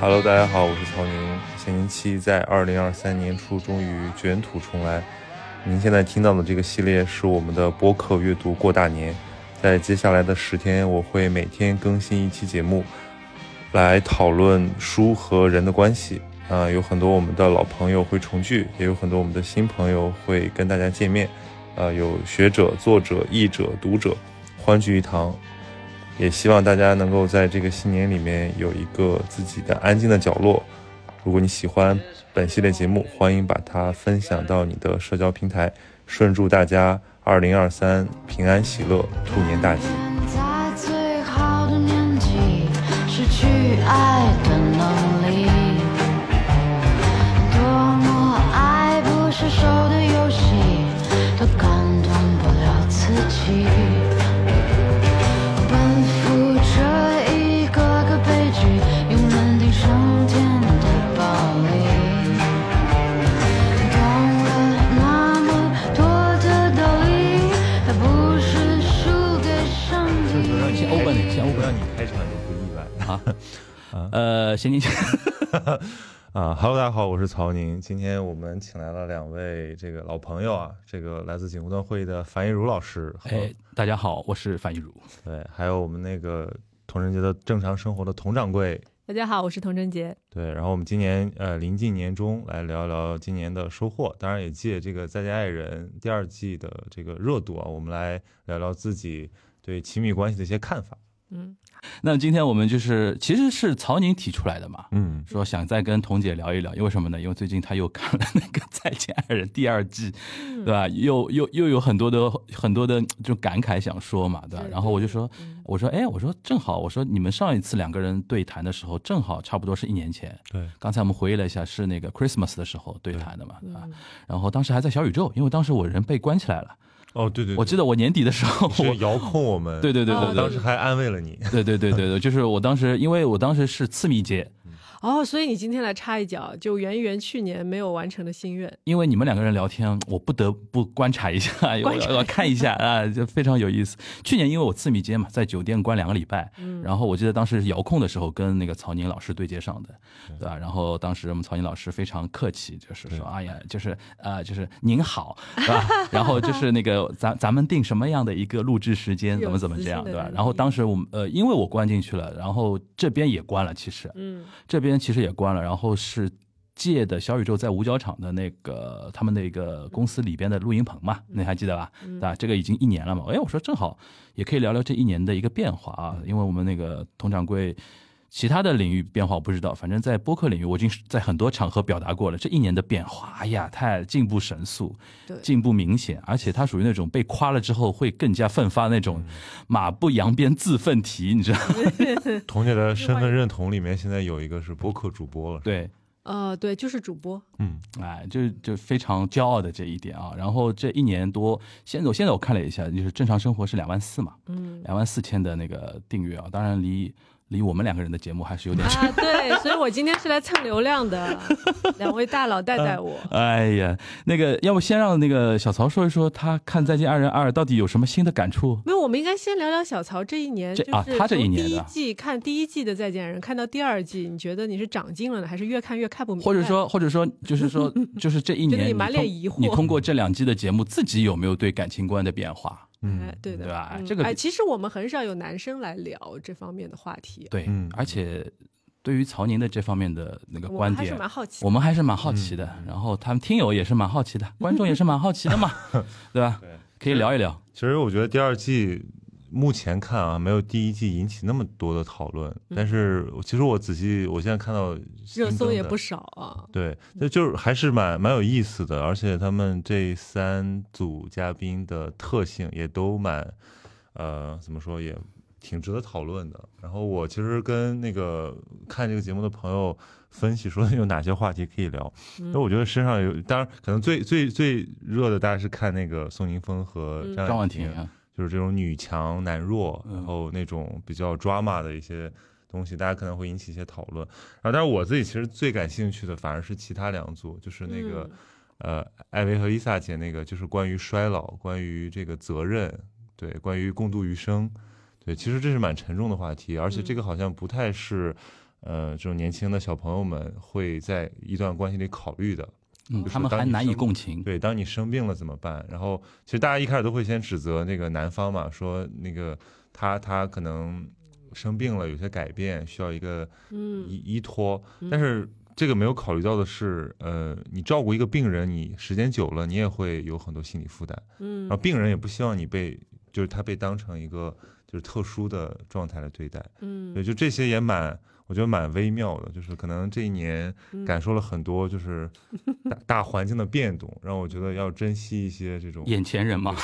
Hello，大家好，我是曹宁。闲云期在二零二三年初终于卷土重来。您现在听到的这个系列是我们的播客阅读过大年。在接下来的十天，我会每天更新一期节目，来讨论书和人的关系。啊、有很多我们的老朋友会重聚，也有很多我们的新朋友会跟大家见面。呃，有学者、作者、译者、读者，欢聚一堂。也希望大家能够在这个新年里面有一个自己的安静的角落。如果你喜欢本系列节目，欢迎把它分享到你的社交平台。顺祝大家二零二三平安喜乐，兔年大吉！在最好的年纪，失去爱的能力。多么爱不释手的游戏，都感动不了自己。奔赴这一个个悲剧，用人定胜天的暴力。懂了那么多的道理，还不是输给上帝先。open 哎先 open 你开场就不意外呃，闲宁，啊哈喽，大家好，我是曹宁。今天我们请来了两位这个老朋友啊，这个来自警务端会议的樊一茹老师和、 哎，大家好，我是樊玉茹。对，还有我们那个童人节的正常生活的佟掌柜大家好，我是童贞杰。对，然后我们今年呃临近年终来聊一聊今年的收获，当然也借这个《再见爱人》第二季的这个热度啊，我们来聊聊自己对亲密关系的一些看法。嗯，那今天我们就是其实是曹宁提出来的嘛，嗯，说想再跟童姐聊一聊，因为什么呢？因为最近她又看了那个《再见爱人》第二季，对吧？又又又有很多的很多的这种感慨想说嘛，对吧？对然后我就说嗯，我说，哎，我说正好，我说你们上一次两个人对谈的时候，正好差不多是一年前。对，刚才我们回忆了一下，是那个 Christmas 的时候对谈的嘛，对吧嗯？然后当时还在小宇宙，因为当时我人被关起来了。哦，对对我记得我年底的时候，我是遥控我们，对对对哦对当对时还安慰了 你。对对对对对，就是我当时，因为我当时是次密接，哦，所以你今天来插一脚，就圆一圆去年没有完成的心愿。因为你们两个人聊天，我不得不观察一下，我 观察一下我要看一下啊，就非常有意思。去年因为我次密接嘛，在酒店关两个礼拜，嗯然后我记得当时遥控的时候跟那个曹宁老师对接上的，嗯对吧？然后当时我们曹宁老师非常客气，就是说，哎呀，就是啊，就是您好，对吧？ 然后就是那个咱咱们定什么样的一个录制时间，怎么怎么这样，对吧？然后当嗯时我们呃，因为我关进去了，然后这边也关了，其实，嗯，这边其实也关了，然后是借的小宇宙在五角场的那个他们那个公司里边的录音棚嘛，你还记得吧？对吧？这个已经一年了嘛。哎，我说正好也可以聊聊这一年的一个变化啊，因为我们那个佟掌柜。其他的领域变化我不知道，反正在播客领域，我已经是在很多场合表达过了。这一年的变化，哎呀，太进步神速，对进步明显，而且他属于那种被夸了之后会更加奋发那种，马不扬鞭自奋蹄，你知道吗？童姐的身份认同里面现在有一个是播客主播了，对，呃，对，就是主播， 嗯，哎，就就非常骄傲的这一点啊。然后这一年多，现在我现在我看了一下，就是正常生活是两万四嘛，嗯两万四千的那个订阅啊，当然离离我们两个人的节目还是有点差。啊，对，所以我今天是来蹭流 量的。两位大佬带带我。哎呀，那个，要不先让那个小曹说一说他看《再见爱人二》到底有什么新的感触？没有，我们应该先聊聊小曹这一年，这就啊是他这一从年第一的季看第一季的《再见爱人》，看到第二季，你觉得你是长进了呢，还是越看越看不明白？或者，说，或者说，就是说， 就是这一 觉得年你你满脸通疑惑你通过这两季的节目，自己有没有对感情观的变化？哎，对的，对吧嗯这个哎，其实我们很少有男生来聊这方面的话题，对，嗯而且对于曹宁的这方面的那个我观们还是点，蛮好奇的。我们还是蛮好奇的，嗯然后他们听友也是蛮好奇 的，观众也是蛮好奇的嘛，对吧？对可以聊一聊。其实我觉得第二季目前看啊，没有第一季引起那么多的讨论，但是我其实我仔细我现在看到新嗯热增搜也的不少啊。对，那就是还是蛮蛮有意思的，而且他们这三组嘉宾的特性也都蛮，呃，怎么说也挺值得讨论的。然后我其实跟那个看这个节目的朋友分析说 有哪些话题可以聊，嗯那、我觉得身上有，当然可能最最最热的大家是看那个宋宁峰和嗯张张婉婉婷婷，，啊，就是这种女强男弱，嗯然后那种比较 drama 的一些东西，大家可能会引起一些讨论。然后，但是我自己其实最感兴趣的反而是其他两组，就是那个、呃艾薇和伊萨姐那个，就是关于衰老，关于这个责任，对，关于共度余生，对，其实这是蛮沉重的话题，而且这个好像不太是。呃，这种年轻的小朋友们会在一段关系里考虑的。嗯，就是他们当还你难以生共情。对，当你生病了怎么办？然后其实大家一开始都会先指责那个男方嘛，说那个他他可能生病了，有些改变，需要一个嗯，依依托嗯。但是这个没有考虑到的是，呃，你照顾一个病人，你时间久了，你也会有很多心理负担。嗯然后病人也不希望你被，就是他被当成一个就是特殊的状态来对待。嗯对，就这些也蛮，我觉得蛮微妙的，就是可能这一年嗯感受了很多，就是 大大环境的变动，让我觉得要珍惜一些这种眼前人嘛，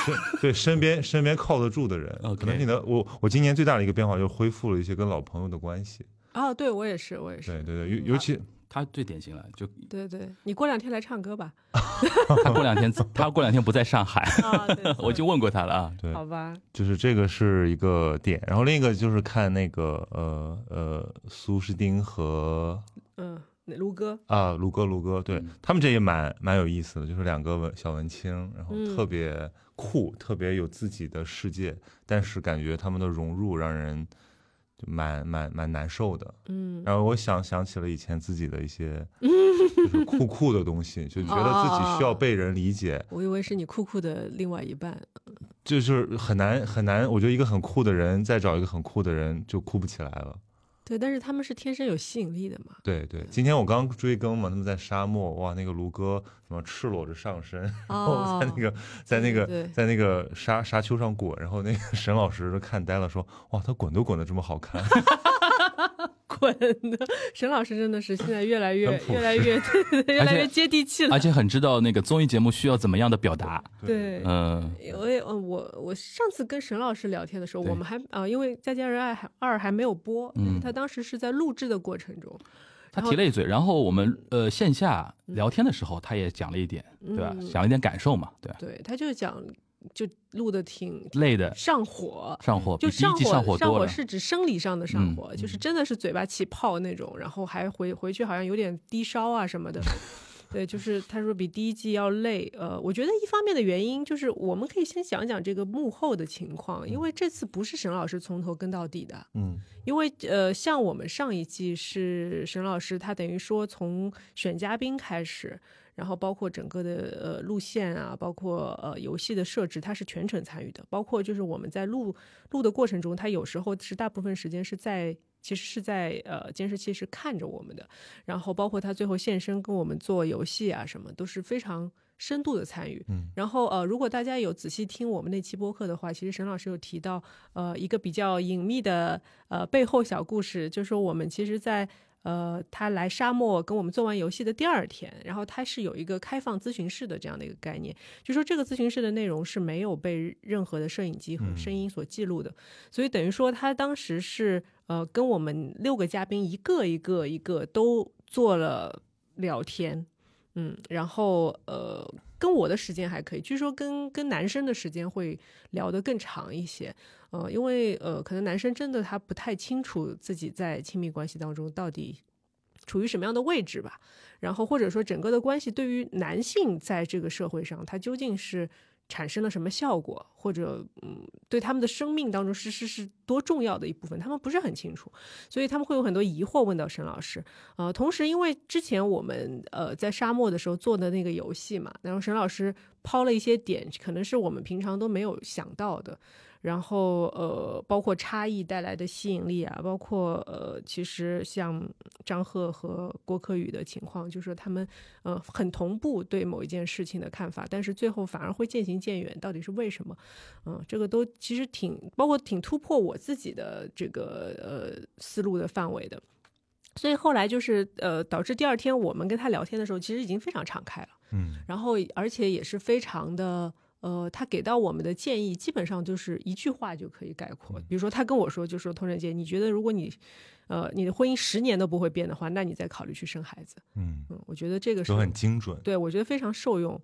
对身边身边靠得住的人。可 OK 能你的我我今年最大的一个变化就是恢复了一些跟老朋友的关系。啊，对我也是，我也对是，对对，尤尤其他最典型了，就对对，你过两天来唱歌吧。他过两天，他过两天不在上海， 啊， 对我就问过他了啊。对好吧，就是这个是一个点，然后另一个就是看那个呃呃苏诗丁和嗯，那卢哥，啊，卢哥，卢哥，对、他们这也蛮蛮有意思的，就是两个文小文青，然后嗯特别酷，特别有自己的世界，但是感觉他们的融入让人就蛮蛮蛮难受的。嗯，然后我想想起了以前自己的一些就是酷酷的东西，就觉得自己需要被人理解，我以为是你酷酷的另外一半，就是很难很难。我觉得一个很酷的人再找一个很酷的人就酷不起来了。对，但是他们是天生有吸引力的 嘛，对对，今天我刚追更嘛，他们在沙漠，哇，那个卢哥什么赤裸着上身， 然哦后在那个在那哦对对个对在那个沙沙丘上滚，然后那个沈老师都看呆了，说哇，他滚都滚得这么好看，滚的。沈老师真的是现在越来越很朴实越 来越对越来越接地气了啊而。且很知道那个综艺节目需要怎么样的表达，对，嗯，我也嗯我我上次跟沈老师聊天的时候，对我们还啊、因为《再见人爱》还二还没有播，但嗯是他当时是在录制的过程中，他然后提了一嘴，然后我们呃线下聊天的时候，他也讲了一点，对吧？讲了一点感受嘛，对吧，嗯对，他就讲就录的挺挺累的上火，上火，就比第一上季火，火上多火了，是指生理上的上嗯火，就是真的是嘴巴起泡那种，然后还回回去好像有点低烧啊什么的。 对，就是他说比第一季要累。呃，我觉得一方面的原因就是我们可以先讲讲这个幕后的情况，嗯因为这次不是沈老师从头跟到底的， 嗯，因为呃，像我们上一季是沈老师，他等于说从选嘉宾开始，然后包括整个的呃路线啊，包括呃游戏的设置，他是全程参与的。包括就是我们在录录的过程中，他有时候是大部分时间是在。其实是在呃监视器是看着我们的，然后包括他最后现身跟我们做游戏啊什么，都是非常深度的参与。嗯，然后呃，如果大家有仔细听我们那期播客的话，其实沈老师有提到呃一个比较隐秘的呃背后小故事，就是说我们其实在，呃他来沙漠跟我们做完游戏的第二天，然后他是有一个开放咨询室的这样的一个概念，就说这个咨询室的内容是没有被任何的摄影机和声音所记录的，所以等于说他当时是呃跟我们六个嘉宾一个一个一个都做了聊天，嗯，然后呃，跟我的时间还可以，据说跟跟男生的时间会聊得更长一些，呃，因为呃，可能男生真的他不太清楚自己在亲密关系当中到底处于什么样的位置吧，然后或者说整个的关系对于男性在这个社会上，他究竟是产生了什么效果，或者嗯，对他们的生命当中是是是多重要的一部分，他们不是很清楚，所以他们会有很多疑惑问到沈老师。呃，同时因为之前我们呃在沙漠的时候做的那个游戏嘛，然后沈老师抛了一些点，可能是我们平常都没有想到的。然后呃，包括差异带来的吸引力啊，包括呃，其实像张赫和郭柯宇的情况，就是说他们呃很同步对某一件事情的看法，但是最后反而会渐行渐远，到底是为什么？嗯、这个都其实挺包括挺突破我自己的这个呃思路的范围的。所以后来就是呃，导致第二天我们跟他聊天的时候，其实已经非常敞开了。嗯，然后而且也是非常的。呃，他给到我们的建议基本上就是一句话就可以概括。比如说，他跟我说，就说童晨姐，你觉得如果你，呃，你的婚姻十年都不会变的话，那你再考虑去生孩子。嗯，嗯，我觉得这个是都很精准。对，我觉得非常受用。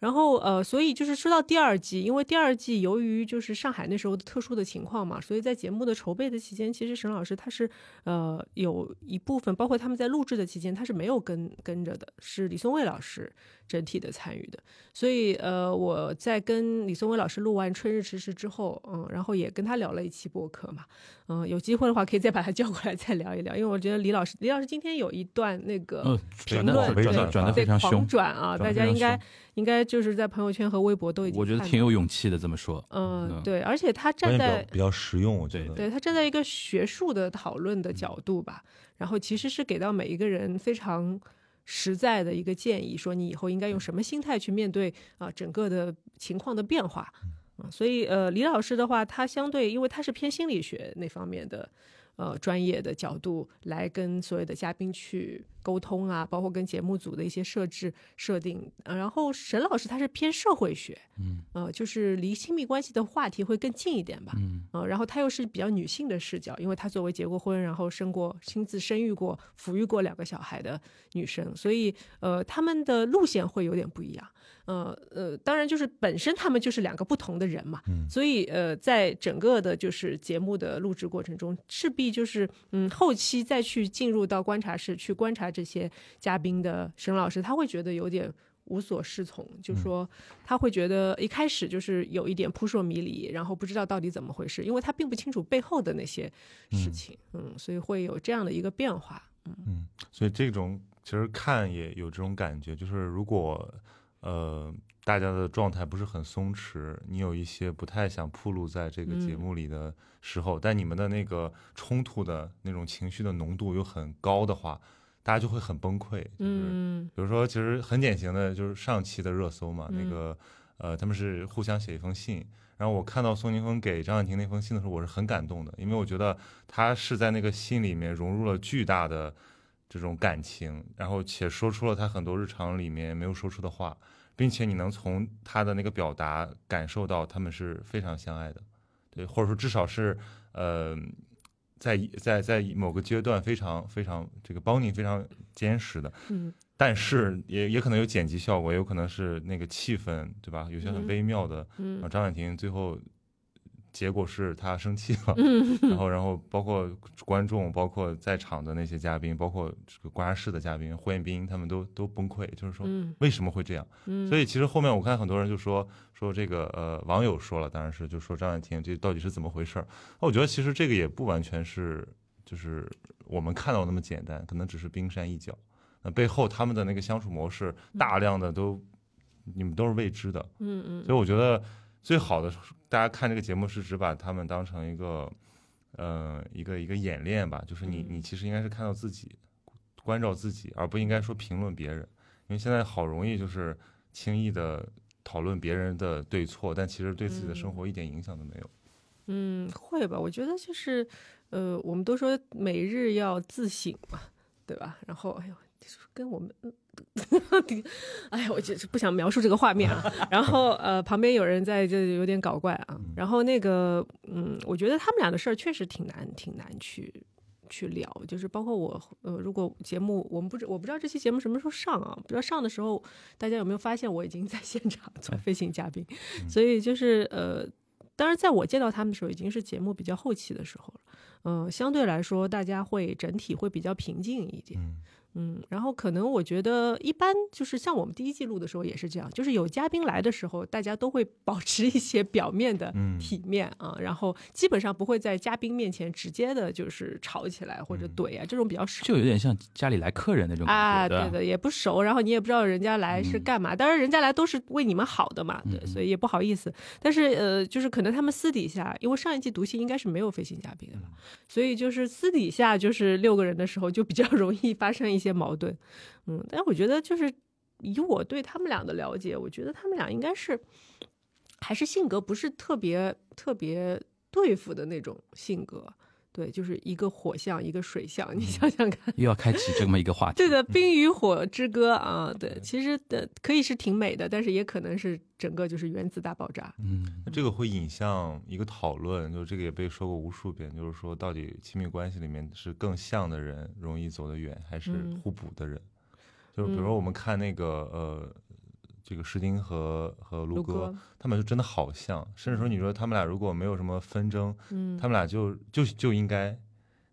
然后呃，所以就是说到第二季，因为第二季由于就是上海那时候的特殊的情况嘛，所以在节目的筹备的期间，其实沈老师他是呃有一部分，包括他们在录制的期间，他是没有跟跟着的，是李松蔚老师整体的参与的。所以呃，我在跟李松蔚老师录完《春日迟迟》之后，嗯，然后也跟他聊了一期播客嘛，嗯，有机会的话可以再把他叫过来再聊一聊，因为我觉得李老师，李老师今天有一段那个嗯，评转的论转得非常快转的转的非被常狂凶，转啊，转大得家非常应该凶应该就是在朋友圈和微博都已经我觉得看挺到有勇气的这么说。嗯嗯，对，而且他关键站比在较比较实用，我觉得。对对他站在一个学术的讨论的角度吧，然后其实是给到每一个人非常实在的一个建议，说你以后应该用什么心态去面对啊、整个的情况的变化。啊、所以呃，李老师的话，他相对因为他是偏心理学那方面的。呃，专业的角度来跟所有的嘉宾去沟通啊，包括跟节目组的一些设置设定。呃然后沈老师他是偏社会学，嗯，呃，就是离亲密关系的话题会更近一点吧，嗯，呃，然后她又是比较女性的视角，因为她作为结过婚，然后生过、亲自生育过、抚育过两个小孩的女生，所以呃，她们的路线会有点不一样。呃呃，当然就是本身她们就是两个不同的人嘛，嗯所以呃，在整个的就是节目的录制过程中，势必就是嗯，后期再去进入到观察室去观察这些嘉宾的沈老师，他会觉得有点。无所适从，就说他会觉得一开始就是有一点扑朔迷离，然后不知道到底怎么回事，因为他并不清楚背后的那些事情，嗯所以会有这样的一个变化。嗯，所以这种其实看也有这种感觉，就是如果呃大家的状态不是很松弛，你有一些不太想铺露在这个节嗯目里的时候，但你们的那个冲突的那种情绪的浓度又很高的话，大家就会很崩溃。就是嗯比如说，其实很典型的就是上期的热搜嘛，嗯那个呃他们是互相写一封信。然后我看到宋宁峰给张婉婷那封信的时候，我是很感动的，因为我觉得他是在那个信里面融入了巨大的这种感情，然后且说出了他很多日常里面没有说出的话，并且你能从他的那个表达感受到他们是非常相爱的，对，或者说至少是呃，在一在在某个阶段非常非常这个帮你非常坚实的，嗯但是也也可能有剪辑效果，也有可能是那个气氛，对吧？有些很嗯微妙的。然后嗯张婉婷最后结果是她生气了，嗯 然后然后包括观众，包括在场的那些嘉宾，包括这个观察室的嘉宾霍彦斌，他们都都崩溃，就是说嗯为什么会这样？嗯，所以其实后面我看很多人就说说这个呃网友说了，当然是就说张婉婷这到底是怎么回事儿？那我觉得其实这个也不完全是就是我们看到那么简单，可能只是冰山一角。那背后他们的那个相处模式，大量的都你们都是未知的，嗯嗯所以我觉得最好的，大家看这个节目是只把他们当成一个，呃，一个一个演练吧，就是你嗯你其实应该是看到自己，关照自己，而不应该说评论别人，因为现在好容易就是轻易的讨论别人的对错，但其实对自己的生活一点影响都没有。嗯，会吧？我觉得就是，呃，我们都说每日要自省嘛，对吧？然后，哎呦，就是跟我们， 嗯哎呀，我就是不想描述这个画面啊。然后，呃，旁边有人在这有点搞怪啊。然后那个，嗯，我觉得他们俩的事儿确实挺难，挺难去。去聊，就是包括我，呃，如果节目我们不知我不知道这期节目什么时候上啊，不知道上的时候大家有没有发现我已经在现场做飞行嘉宾，所以就是呃，当然，在我见到他们的时候，已经是节目比较后期的时候了。嗯、相对来说，大家会整体会比较平静一点。嗯嗯，然后可能我觉得一般就是像我们第一季录的时候也是这样，就是有嘉宾来的时候，大家都会保持一些表面的嗯体面啊，然后基本上不会在嘉宾面前直接的就是吵起来或者嗯怼啊，这种比较少。就有点像家里来客人那种感啊，对觉，吧嗯的，也不熟，然后你也不知道人家来是干嘛。当然，人家来都是为你们好的嘛，对，所以也不好意思。但是呃，就是可能他们私底下，因为上一季读戏应该是没有飞行嘉宾的嗯嘛，所以就是私底下就是六个人的时候就比较 容易发生一些矛盾。嗯，但我觉得就是以我对他们俩的了解，我觉得他们俩应该是还是性格不是特别特别对付的那种性格。对，就是一个火象，一个水象，嗯你想想看，又要开启这么一个话题。对的，《冰与火之歌》啊，对，其实的可以是挺美的，但是也可能是整个就是原子大爆炸。嗯，那这个会引向一个讨论，就这个也被说过无数遍，就是说到底亲密关系里面是更像的人容易走得远，还是嗯互补的人？就是比如说我们看那个呃这个诗丁和和卢卢哥哥，，他们就真的好像，甚至说你说他们俩如果没有什么纷争，嗯，他们俩就就就应该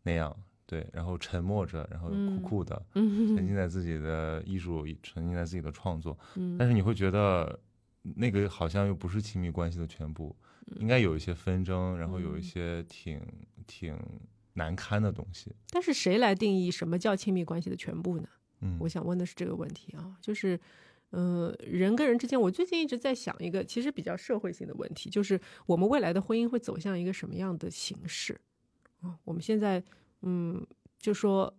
那样，对，然后沉默着，然后嗯酷酷 的，嗯沉浸在自己的艺术，沉浸在自己的创作，嗯但是你会觉得那个好像又不是亲密关系的全部，应该有一些纷争，然后有一嗯些挺挺难堪的东西。但是谁来定义什么叫亲密关系的全部呢？嗯，我想问的是这个问题啊，就是，呃，人跟人之间，我最近一直在想一个其实比较社会性的问题，就是我们未来的婚姻会走向一个什么样的形式？啊，我们现在，嗯，就说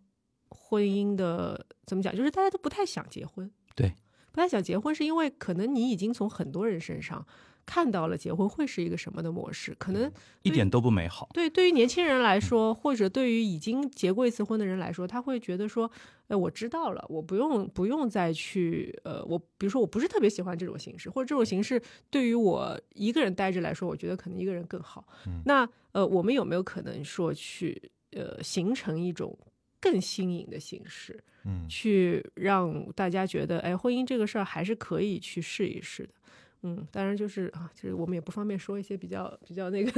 婚姻的怎么讲，就是大家都不太想结婚，对，不太想结婚是因为可能你已经从很多人身上看到了结婚会是一个什么的模式，可能嗯一点都不美好。对，对于年轻人来说，或者对于已经结过一次婚的人来说，他会觉得说，哎，我知道了，我不用不用再去，呃，我比如说我不是特别喜欢这种形式，或者这种形式对于我一个人待着来说，我觉得可能一个人更好。嗯那呃，我们有没有可能说去呃形成一种更新颖的形式，嗯去让大家觉得，哎，婚姻这个事儿还是可以去试一试的。嗯，当然就是啊，就是我们也不方便说一些比较比较那个，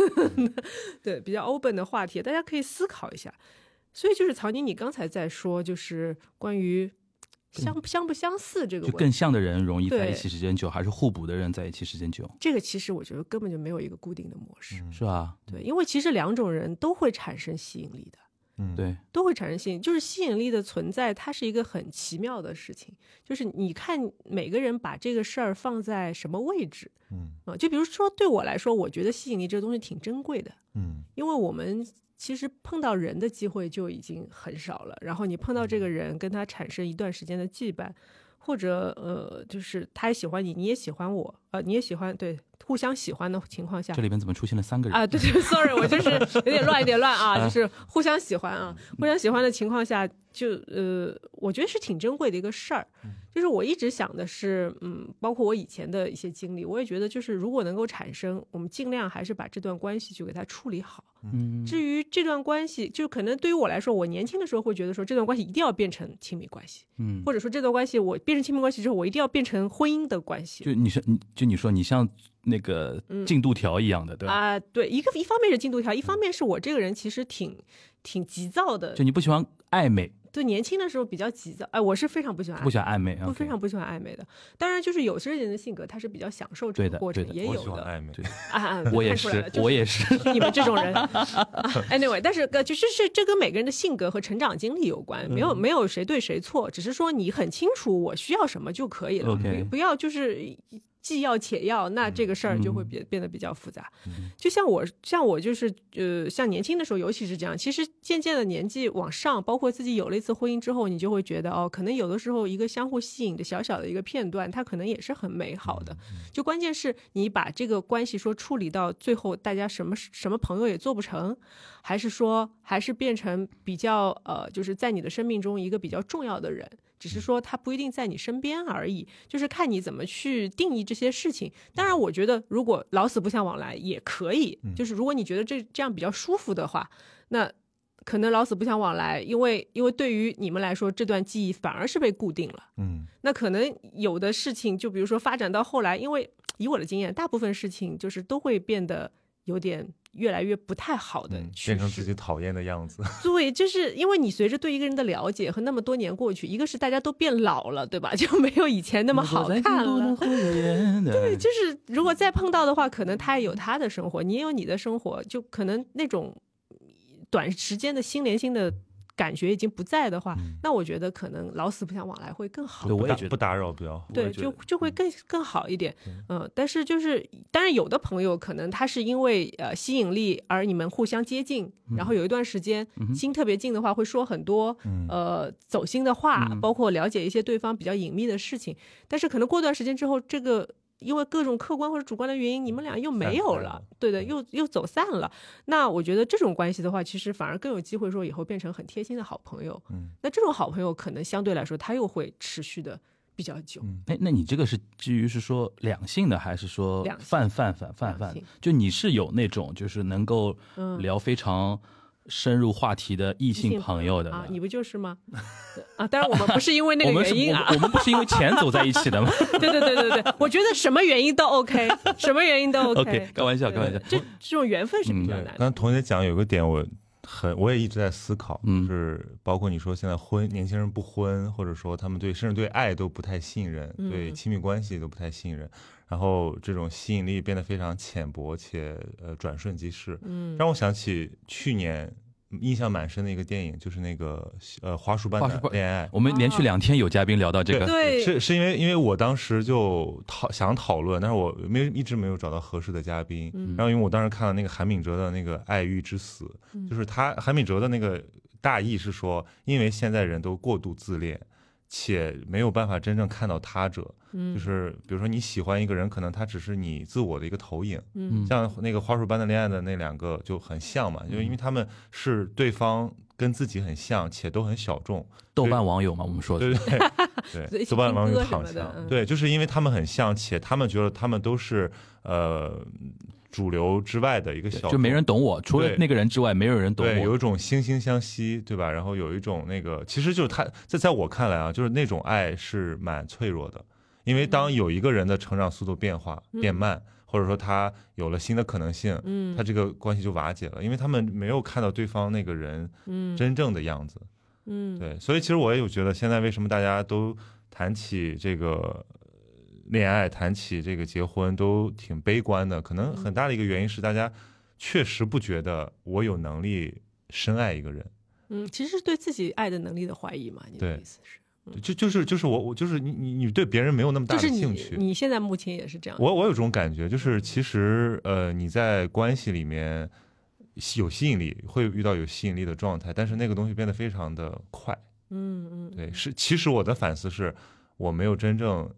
对，比较 open 的话题，大家可以思考一下。所以就是曹宁，你刚才在说，就是关于相相不相似这个就问更题，像的人容易在对一起时间久，还是互补的人在一起时间久？这个其实我觉得根本就没有一个固定的模式，嗯是吧？对，因为其实两种人都会产生吸引力的。嗯，对，都会产生吸引，就是吸引力的存在，它是一个很奇妙的事情。就是你看每个人把这个事儿放在什么位置嗯啊、就比如说对我来说，我觉得吸引力这个东西挺珍贵的，嗯因为我们其实碰到人的机会就已经很少了，然后你碰到这个人，跟他产生一段时间的羁绊，或者呃，就是他也喜欢你，你也喜欢我，呃，你也喜欢，对，互相喜欢的情况下这，里边怎么出现了三个人？啊，对对，sorry，我就是有点乱，有点乱啊，就是互相喜欢啊，互相喜欢的情况下，就呃，我觉得是挺珍贵的一个事儿。就是我一直想的是，嗯，包括我以前的一些经历，我也觉得就是如果能够产生，我们尽量还是把这段关系去给它处理好。嗯，至于这段关系，就可能对于我来说，我年轻的时候会觉得说这段关系一定要变成亲密关系，嗯，或者说这段关系我变成亲密关系之后，我一定要变成婚姻的关系。就你是你就你说你像那个进度条一样的，对吧？嗯嗯啊、对，一个一方面是进度条，一方面是我这个人其实挺挺急躁的就，你不喜欢暧昧，对，年轻的时候比较急躁，哎、我是非常不喜欢暧不昧喜。欢暧昧不啊，非常不喜欢暧昧的，当然就是有些人的性格他是比较享受这对个的过程，对的也我有喜欢的暧昧，对啊， 啊我也看出来是了，就我也是，是你们这种 人啊，anyway，但是呃，就是是这跟每个人的性格和成长经历有关，没嗯有没有谁对谁错，只是说你很清楚我需要什么就可以了 OK 不不要就是既要且要，那这个事儿就会嗯变变得比较复杂。就像我，像我就是呃，像年轻的时候，尤其是这样。其实渐渐的年纪往上，包括自己有了一次婚姻之后，你就会觉得哦，可能有的时候一个相互吸引的小小的一个片段，它可能也是很美好的。嗯就关键是你把这个关系说处理到最后，大家什么什么朋友也做不成，还是说还是变成比较呃，就是在你的生命中一个比较重要的人。只是说他不一定在你身边而已，就是看你怎么去定义这些事情。当然，我觉得如果老死不相往来也可以，嗯就是如果你觉得这这样比较舒服的话，那可能老死不相往来，因为因为对于你们来说，这段记忆反而是被固定了。嗯那可能有的事情，就比如说发展到后来，因为以我的经验，大部分事情就是都会变得有点越来越不太好的嗯，趋变成自势。己讨厌的样子。对，就是因为你随着对一个人的了解和那么多年过去，一个是大家都变老了，对吧？ 就没有以前那嗯么好看了。 对就是如果嗯再碰到的话，可能他也有他的生活，你也有你的生活，就可能那种短时间的心连心的感觉已经不在的话，那我觉得可能老死不相往来会更好嗯对。我不也打觉得不打扰比较好。对，也觉就得嗯就会更更好一点，嗯，但是就是，当然有的朋友可能他是因为呃吸引力而你们互相接近，然嗯后有一段时间心特别近的话，会说很多嗯呃走心的话，嗯包括了解一些对方比较隐秘的事情，但是可能过段时间之后，这个因为各种客观或者主观的原因，你们俩又没散有开了了，对的，又又走散了。那我觉得这种关系的话，其实反而更有机会说以后变成很贴心的好朋友。嗯，那这种好朋友可能相对来说，他又会持续的比较久。哎，那你这个是基于是说两性的，还是说两性泛泛泛泛两泛性？就你是有那种就是能够嗯聊非常深入话题的异性朋友的呢啊，你不就是 吗？啊，当然我们不是因为那我个们是原因啊我，们我们不是因为钱走在一起的吗 对对对对对，我觉得什么原因都 OK，什么原因都？OK， OK，开玩笑，对开玩笑。嗯这这种缘分是比较对难，的。刚才童姐讲有个点我。很，我也一直在思考，嗯就是包括你说现在婚，年轻人不婚，或者说他们对甚至对爱都不太信任，嗯对亲密关系都不太信任，然后这种吸引力变得非常浅薄且呃转瞬即逝，嗯，让我想起去年印象蛮深的一个电影，就是那个呃花束般花束的般恋爱，我们连续两天有嘉宾聊到这个，啊对，是是因为因为我当时就讨想讨论，但是我没一直没有找到合适的嘉宾。嗯然后因为我当时看了那个韩敏哲的那个《爱欲之死》，嗯就是他韩敏哲的那个大意是说，因为现在人都过度自恋，且没有办法真正看到他者，嗯就是比如说你喜欢一个人，可能他只是你自我的一个投影。嗯像那个花束般的恋爱的那两个就很像嘛，就因为他们是对方跟自己很像，且都很小众。豆瓣网友嘛，我们说的对 对对所对，以豆瓣网友听歌什躺么的枪嗯，对，就是因为他们很像，且他们觉得他们都是呃主流之外的一个小众，就没人懂我，除了对那个人之外，没有人懂对，有我。一种惺惺相惜，对吧？然后有一种那个，其实就是他在在我看来啊，就是那种爱是蛮脆弱的，因为嗯当有一个人的成长速度变化变慢，或者说他有了新的可能性，嗯他这个关系就瓦解了，因为他们没有看到对方那个人嗯真正的样子。嗯，对，所以其实我也有觉得，现在为什么大家都谈起这个呃恋爱，谈起这个结婚，都挺悲观的。可能嗯很大的一个原因是，大家确实不觉得我有能力深爱一个人。嗯，其实是对自己爱的能力的怀疑嘛，你的对意思是，对就就是就是我我就是你你你对别人没有那么大嗯就的是你兴趣。你现在目前也是这样的，我我有这种感觉，就是其实呃你在关系里面有吸引力，会遇到有吸引力的状态，但是那个东西变得非常的快。嗯嗯，对，是其实我的反思是，我没有真正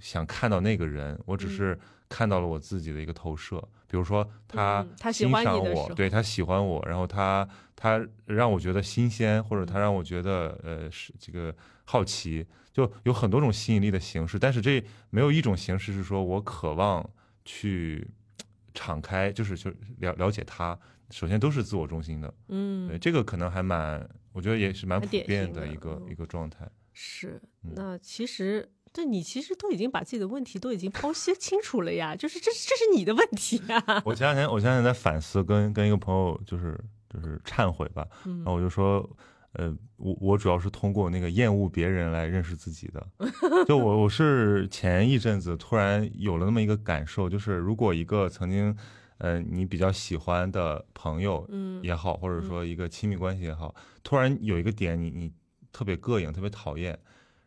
想看到那个人，我嗯只是看到了我自己的一个投射。比如说他嗯他喜欣欢你赏的我时，对他喜欢我，然后他他让我觉得新鲜，或者嗯他让我觉得呃是这个好奇，就有很多种吸引力的形式，但是这没有一种形式是说我渴望去敞开，就是就了了解他。首先都是自我中心的，嗯对，这个可能还蛮，我觉得也是蛮蛮普典遍型的的一个嗯一个状态。是，嗯那其实对你其实都已经把自己的问题都已经剖析清楚了呀，就是这这是你的问题呀。 我前两天我前两天在反思，跟跟一个朋友就是就是忏悔吧，嗯然后我就说，呃，我我主要是通过那个厌恶别人来认识自己 的。就我我是前一阵子突然有了那么一个感受，就是如果一个曾经，呃，你比较喜欢的朋友嗯也好，或者说一个亲密关系也好，突然有一个点你你特别膈应，特别讨厌。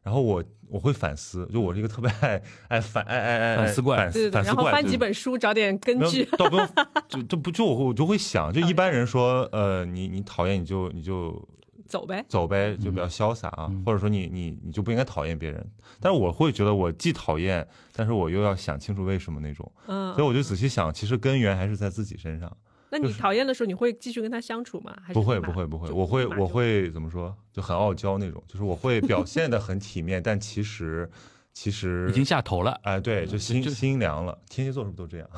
然后我我会反思，就我是一个特别爱爱反爱爱爱反思怪反对对思对，反思然后怪翻对几本书，找点根没有据。倒不用，就就不就我我就会想，就一般人说，呃，你你讨厌你就你就走呗。走呗，就比较潇洒啊，嗯或者说你你你就不应该讨厌别人。但是我会觉得我既讨厌，但是我又要想清楚为什么那种，嗯所以，我就仔细想，其实根源还是在自己身上。那你就是讨厌的时候，你会继续跟他相处吗？还是不会马不会不会，就我会马我就会怎么说，就很傲娇那种，就是我会表现的很体面，但其实其实已经下头 了。哎对，就心就心凉了。天蝎座是不是都这样？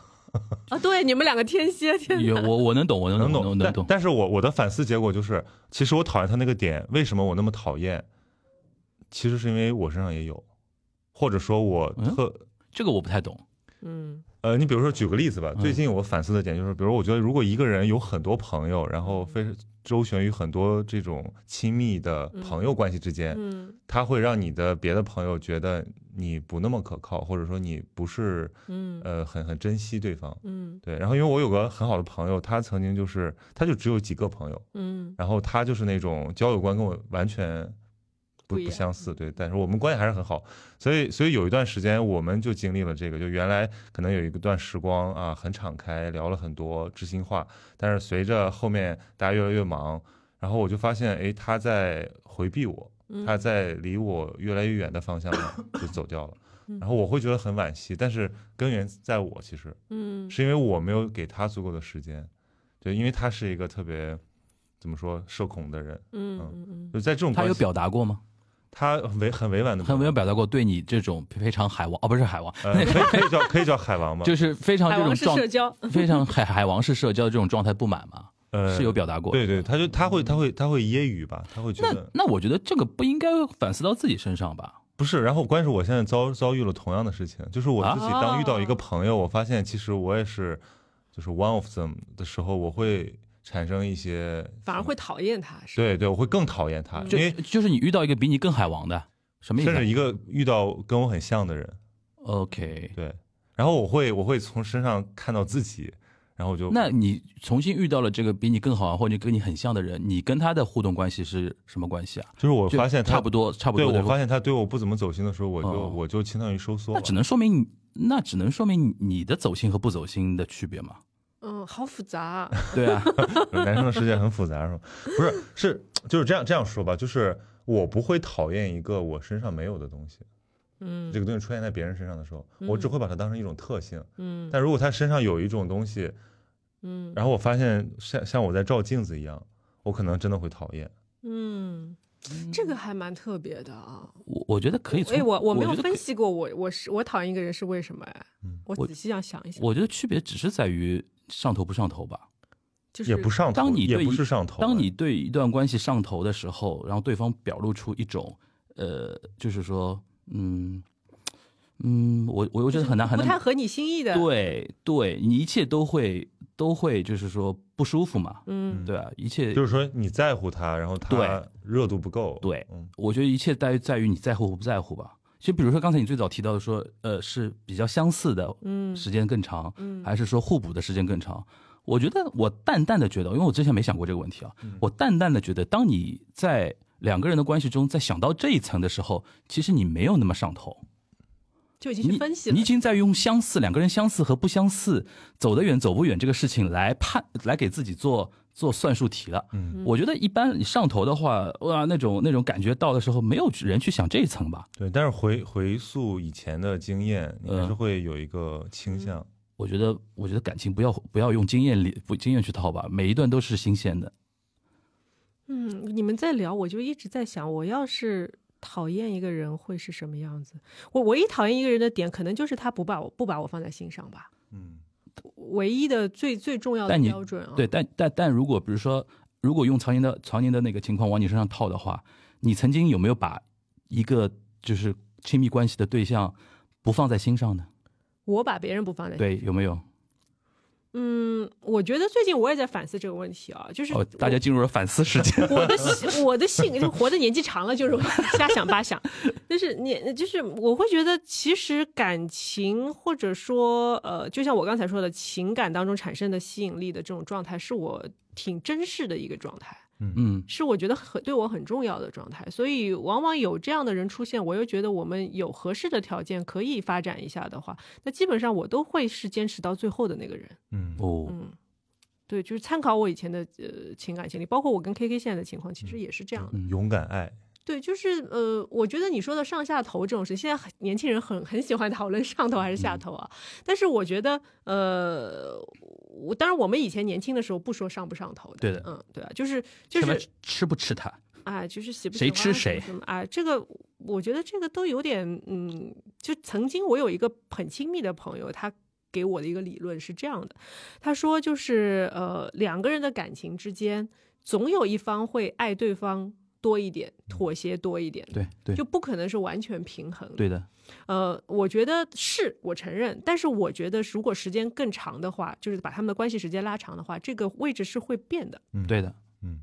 啊？对，你们两个天蝎，天有我我能懂，我能能懂，我懂，能但懂。但是我我的反思结果就是，其实我讨厌他那个点，为什么我那么讨厌？其实是因为我身上也有，或者说我嗯特、这个我不太懂。嗯呃，你比如说举个例子吧，嗯最近我反思的点就是，比如我觉得如果一个人有很多朋友，然后非周旋于很多这种亲密的朋友关系之间，嗯他会让你的别的朋友觉得你不那么可靠，或者说你不是嗯呃很很珍惜对方。嗯对，然后因为我有个很好的朋友，他曾经就是他就只有几个朋友。嗯然后他就是那种交友观跟我完全不不一样嗯不相似，对，但是我们关系还是很好，所以所以有一段时间我们就经历了这个，就原来可能有一段时光啊很敞开，聊了很多知心话，但是随着后面大家越来越忙，然后我就发现，哎，他在回避我，嗯，他在离我越来越远的方向呢就走掉了嗯，然后我会觉得很惋惜，但是根源在我，其实嗯是因为我没有给他足够的时间，对，因为他是一个特别怎么说社恐的人，嗯嗯嗯就在这种他关有系，表达过吗？他委很委婉的，他有没有表达过对你这种非常海王哦，不是 海王，呃，可以可以叫可以叫海王吧， 就是非常海这种 王式状社，交，非常海海王式社交的这种状态不满吗？呃，是有表达过。对对，他就他会他会他会揶揄吧，他会觉那得那我觉得这个不应该反思到自己身上吧？不是。然后关键是我现在遭遭遇了同样的事情，就是我啊自己当遇到一个朋友，我发现其实我也是就是 one of them 的时候，我会产生一些反而会讨厌他，是吧对对，我会更讨厌他，因就为就是你遇到一个比你更海王的，什么意思甚啊至一个遇到跟我很像的人， ？OK，对，然后我会我会从身上看到自己，然后我就那你重新遇到了这个比你更好或者跟你很像的人，你跟他的互动关系是什么关系啊？就是我就发现他差不多，差不多对的我发现他对我不怎么走心的时候，我就、哦我就倾向于收缩吧。那只能说明你，那只能说明你的走心和不走心的区 别嘛？嗯，好复杂啊，对啊，男生的世界很复杂，是吧？不是，是就是这样这样说吧，就是我不会讨厌一个我身上没有的东西，嗯这个东西出现在别人身上的时候，我只会把它当成一种特性。嗯但如果他身上有一种东西，嗯然后我发现像像我在照镜子一样，我可能真的会讨厌。嗯，这个还蛮特别的啊。我我觉得可以从哎，我我没有觉得可嗯分析过我，我是我讨厌一个人是为什么哎？我我仔细想想一想，我觉得区别只是在于上头不上头吧。就是也不上头，当你也对不一是上头的。当你对一段关系上头的时候，然后对方表露出一种呃，就是说，嗯嗯，我我我觉得很难很不太啊难，合你心意的，对对，你一切都会都会就是说不舒服嘛，嗯对啊，一切就是说你在乎他，然后他对热度不够。对嗯，我觉得一切在于在于你在乎或不在乎吧。就比如说刚才你最早提到的说，呃，是比较相似的嗯时间更长，嗯还是说互补的时间更长？我觉得我淡淡的觉得，因为我之前没想过这个问题啊，我淡淡的觉得，当你在两个人的关系中，在想到这一层的时候，其实你没有那么上头，就已经你去分析了你已，经在用相似两个人相似和不相似，走得远走不远这个事情来判来给自己做做算术题了。嗯我觉得一般你上头的话，哇，那种那种感觉到的时候，没有人去想这一层吧？对。但是回回溯以前的经验，你还是嗯会有一个倾向。我觉得，我觉得感情不要不要用经验里不经验去套吧，每一段都是新鲜的。嗯，你们在聊，我就一直在想，我要是讨厌一个人会是什么样子？我唯一讨厌一个人的点，可能就是他不把我不把我放在心上吧，嗯，唯一的最最重要的但你标准啊。对，，但但但如果比如说，如果用常年的常年的那个情况往你身上套的话，你曾经有没有把一个就是亲密关系的对象不放在心上呢？我把别人不放在心对，有没有？嗯，我觉得最近我也在反思这个问题啊，就是哦，大家进入了反思时间。我 的性，我的性，就活的年纪长了，就是瞎想八想。但是你，就是我会觉得，其实感情或者说，呃，就像我刚才说的，情感当中产生的吸引力的这种状态，是我挺珍视的一个状态， 嗯，是我觉得很对我很重要的状态。所以，往往有这样的人出现，我又觉得我们有合适的条件可以发展一下的话，那基本上我都会是坚持到最后的那个人。嗯，哦，嗯，对，就是参考我以前的呃情感经历，包括我跟 KK 现在的情况，其实也是这样的。嗯勇敢爱，对，就是呃，我觉得你说的上下头这种事，现在很年轻人很很喜欢讨论上头还是嗯下头啊。但是我觉得呃，我当然我们以前年轻的时候不说上不上头的，对的嗯，对啊，就是就什么是吃吃不吃它？哎，就是喜不喜谁欢吃啊什么谁什么哎，这个我觉得这个都有点嗯，就曾经我有一个很亲密的朋友，他给我的一个理论是这样的，他说就是呃，两个人的感情之间，总有一方会爱对方多一点，妥协多一点。对对就不可能是完全平衡的。对的，呃，我觉得是我承认，但是我觉得如果时间更长的话，就是把他们的关系时间拉长的话，这个位置是会变的，对的，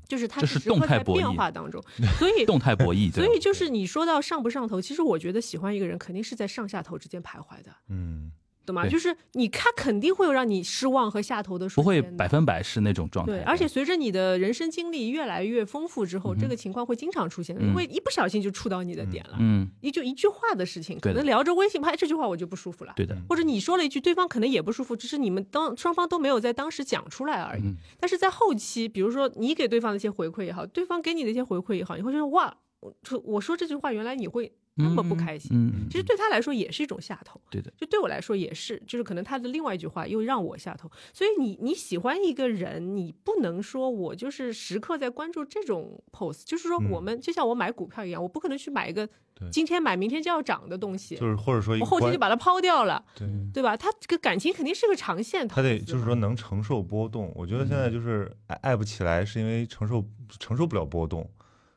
就是它这是是时刻动态在博变弈化当中，所以动态博弈。所对以就是你说到上不上头，其实我觉得喜欢一个人肯定是在上下头之间徘徊的，嗯，懂吗？对就是你他肯定会有让你失望和下头的不瞬会间的，百分百是那种状态。对，而且随着你的人生经历越来越丰富之后，这个情况会经常出现，嗯会一不小心就触到你的点了。嗯，一就一句话的事情，可对的能聊着微信拍这句话我就不舒服了，对的，嗯或者你说了一句，对方可能也不舒服，只是你们当双方都没有在当时讲出来而已。但是在后期，比如说你给对方的一些回馈也好，对方给你的一些回馈也好，你会觉得哇，我我说这句话，原来你会那么不开心。嗯，嗯其实对他来说也是一种下头，对的，就对我来说也是，就是可能他的另外一句话又让我下头。所以你你喜欢一个人，你不能说我就是时刻在关注这种 pose，就是说嗯我们、就像我买股票一样，我不可能去买一个对今天买明天就要涨的东西，就是或者说一我个后天关就把它抛掉了，对。对吧？他这个感情肯定是个长线投他资嘛，得就是说能承受波动，我觉得现在就是爱爱不起来，是因为承受承受不了波动，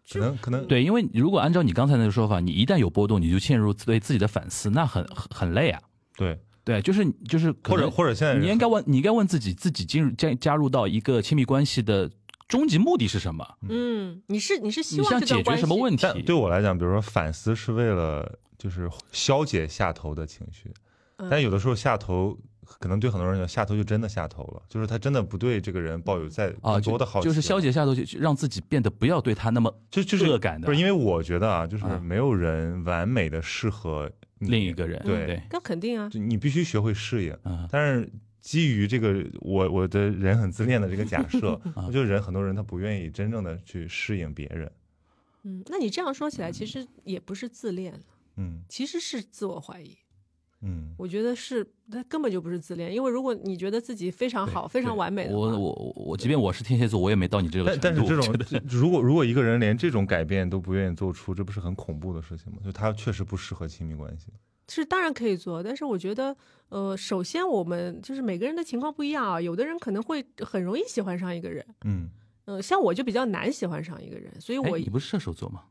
可能可能对，因为如果按照你刚才那个说法，你一旦有波动，你就陷入对自己的反思，那很很很累啊。对，对，就是就是可或者能或者现在你应人该问，你应该问自己，自己进入加加入到一个亲密关系的终极目的是什么？嗯，你是你是希你望想这段解关决系什么问题？但对我来讲，比如说反思是为了就是消解下头的情绪，嗯但有的时候下头可能对很多人讲下头就真的下头了，就是他真的不对这个人抱有再啊，更就多的好奇，就是消，解下头，就就让自己变得不要对他那么就就是恶感的不是因为我觉得啊，就是啊没有人完美的适合你另一个人。嗯对对，那肯定啊，就你必须学会适应。嗯但是基于这个我我的人很自恋的这个假 设，嗯我觉得人很多人他不愿意真正的去适应别人，嗯，那你这样说起来，其实也不是自恋了，嗯其实是自我怀疑。嗯，我觉得是，他根本就不是自恋，因为如果你觉得自己非常好、非常完美的我话，我我我，即便我是天蝎座，我也没到你这个但程但是度。这我觉种得这如果如果一个人连这种改变都不愿意做出，这不是很恐怖的事情吗？就他确实不适合亲密关系，是当然可以做，但是我觉得，呃，首先我们就是每个人的情况不一样啊，有的人可能会很容易喜欢上一个人，嗯，嗯、像我就比较难喜欢上一个人，所以哎我你不是射手座吗啊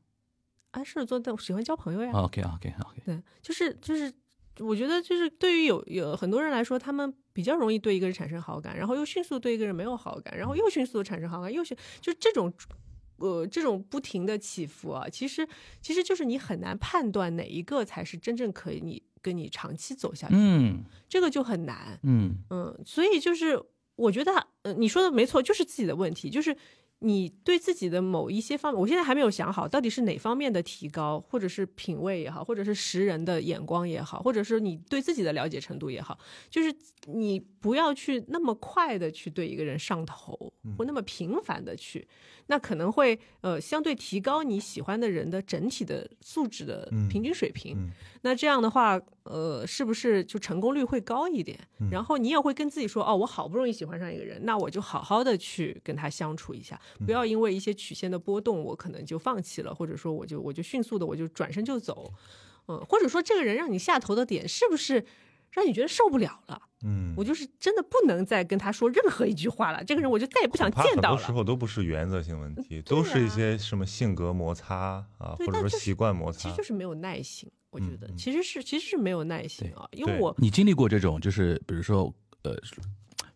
按射手座，但我喜欢交朋友呀， ？OK OK OK，对，就是就是，我觉得就是对于有有很多人来说，他们比较容易对一个人产生好感，然后又迅速对一个人没有好感，然后又迅速地产生好感，又迅就是这种。呃，这种不停的起伏啊，其实其实就是你很难判断哪一个才是真正可以你跟你长期走下去，嗯这个就很难。嗯嗯，所以就是我觉得，嗯、你说的没错，就是自己的问题，就是你对自己的某一些方面，我现在还没有想好，到底是哪方面的提高，或者是品味也好，或者是识人的眼光也好，或者是你对自己的了解程度也好，就是你不要去那么快的去对一个人上头，嗯或那么频繁的去，那可能会呃相对提高你喜欢的人的整体的素质的嗯平均水平。嗯那这样的话，呃，是不是就成功率会高一点？嗯然后你也会跟自己说，哦，我好不容易喜欢上一个人，那我就好好的去跟他相处一下，嗯不要因为一些曲线的波动，我可能就放弃了，或者说我就我就迅速的我就转身就走，嗯，或者说这个人让你下头的点是不是？让你觉得受不了了，嗯，我就是真的不能再跟他说任何一句话了。这个人我就再也不想恐怕见到很多时了。嗯候都不是原则性问题，都是一些什么性格摩擦啊，或对者但说就是习惯摩其擦实就，是没有耐心，我觉得嗯嗯其实是其实是没有耐心啊，因为对我你经历过这种，就是比如说，呃，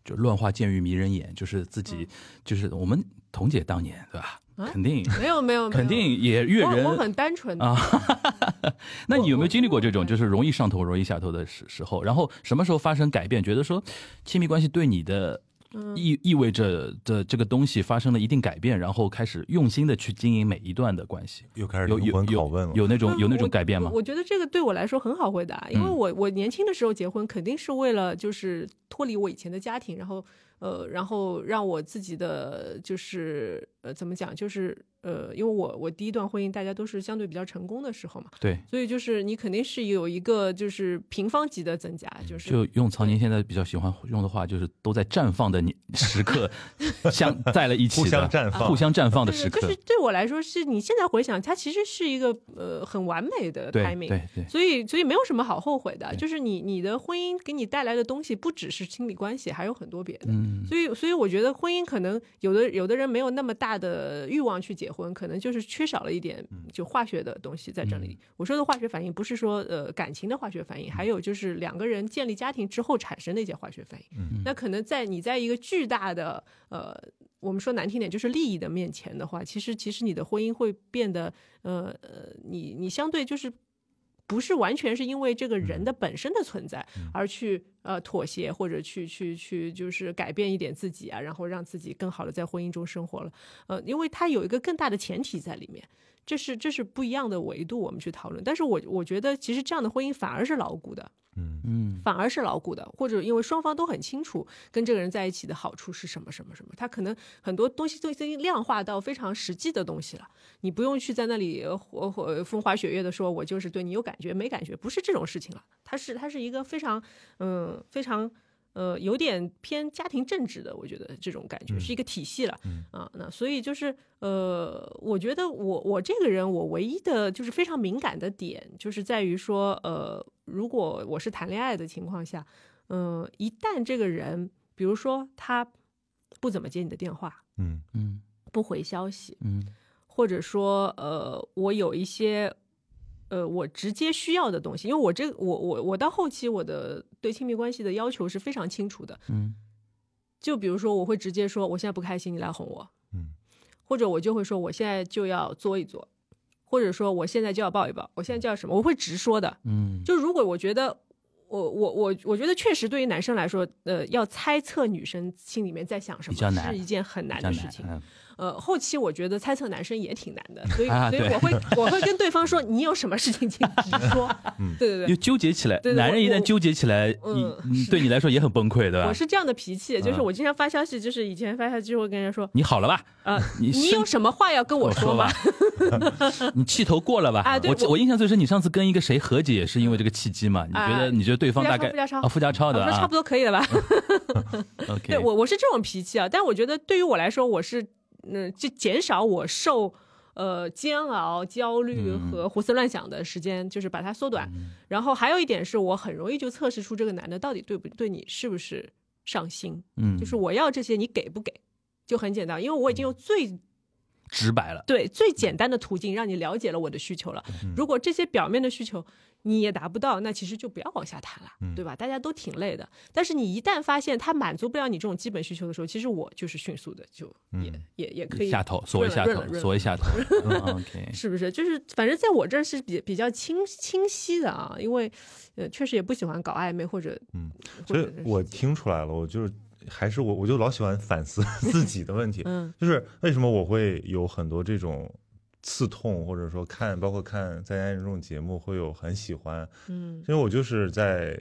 就乱话渐欲迷人眼，就是自己，就是我们彤姐当年对吧？嗯啊肯定没有没有没有肯定也阅人我我很单纯 的啊。那你有没有经历过这我种，我就是容易上头、容易下头的时时候？然后什么时候发生改变？觉得说亲密关系对你的嗯意意味着的这个东西发生了一定改变，然后开始用心的去经营每一段的关系。又开始有灵有魂有拷问了，有那种有那种嗯我改变吗我？我觉得这个对我来说很好回答，因为嗯我我年轻的时候结婚，肯定是为了就是脱离我以前的家庭，然后呃，然后让我自己的就是呃怎么讲，就是呃，因为我我第一段婚姻大家都是相对比较成功的时候嘛，对，所以就是你肯定是有一个就是平方级的增加，就是就用曹宁现在比较喜欢用的话，就是都在绽放的你时 刻相在了一起的，互相绽放互相绽放的对时刻。对，嗯就是对我来说，是你现在回想，它其实是一个呃很完美的对 timing，对对所以所以没有什么好后悔的，就是你你的婚姻给你带来的东西不只是亲密关系，还有很多别的。嗯，所以，所以我觉得婚姻可能有的有的人没有那么大的欲望去结婚，可能就是缺少了一点嗯就化学的东西在这里。我说的化学反应不是说呃感情的化学嗯反应，还有就是两个人建立家庭之后产生的一些化学反应。嗯那可能在你在一个巨大的呃，我们说难听点就是利益的面前的话，其实其实你的婚姻会变得呃呃，你你相对就是不是完全是因为这个人的本身的存在而去呃妥协或者去去去就是改变一点自己啊，然后让自己更好的在婚姻中生活了。呃，因为它有一个更大的前提在里面，这是这是不一样的维度我们去讨论。但是我我觉得其实这样的婚姻反而是牢固的，嗯嗯反而是牢固的，或者因为双方都很清楚跟这个人在一起的好处是什么什么什么，他可能很多东西都已经量化到非常实际的东西了，你不用去在那里呃火火风花雪月的说我就是对你有感觉没感觉，不是这种事情了，它是它是一个非常嗯、非常。呃，有点偏家庭政治的，我觉得这种感觉嗯是一个体系了、嗯啊。那所以就是呃，我觉得我我这个人，我唯一的就是非常敏感的点，就是在于说，呃，如果我是谈恋爱的情况下，嗯、一旦这个人，比如说他不怎么接你的电话，嗯嗯不回消息，嗯或者说呃，我有一些呃我直接需要的东西，因为我这我我我到后期我的对亲密关系的要求是非常清楚的，嗯就比如说我会直接说我现在不开心，你来哄我，嗯，或者我就会说我现在就要作一作，或者说我现在就要抱一抱，我现在就要什么，我会直说的，嗯，就如果我觉得我我我我觉得确实对于男生来说，呃，要猜测女生心里面在想什比较么，难是一件很难比较的事情。嗯呃，后期我觉得猜测男生也挺难 的，所以、啊所以对我会我会跟对方说，你有什么事情请直 说。对对又对。纠结起来，对对男我人一旦我纠结起来，你嗯你对你来说也很崩溃，对吧我？是这样的脾气，就是嗯我经常发消息，就是以前发消息就会跟人家说，你好了吧？啊，你你生有什么话要跟跟我说吗吧？？你气头过了吧？ 啊对我记我我印象最深，你上次跟一个谁和解也是因为这个契机嘛？你觉得啊你觉得对方大概傅家超啊傅家超我的说啊差不多可以了吧？ o k 对我我是这种脾气啊，但我觉得对于我来说，我是嗯，就减少我受呃煎熬、焦虑嗯和胡思乱想的时间，就是把它缩短。然后还有一点是我很容易就测试出这个男的到底对不对你是不是上心，嗯，就是我要这些你给不给，就很简单，因为我已经用最直白了，对最简单的途径让你了解了我的需求了。如果这些表面的需求你也达不到，那其实就不要往下谈了，对吧？大家都挺累的。但是你一旦发现他满足不了你这种基本需求的时候，其实我就是迅速的就也、嗯也也可以下头，所谓润下了润头了，润所谓下头。嗯 OK，是不是？就是反正在我这儿是比比较清清晰的啊，因为呃确实也不喜欢搞暧昧或者嗯，或所者以我听出来了，我就是还是我，我就老喜欢反思 自己的问题，嗯就是为什么我会有很多这种刺痛，或者说看，包括看在家这种节目会有很喜欢，嗯因为我就是在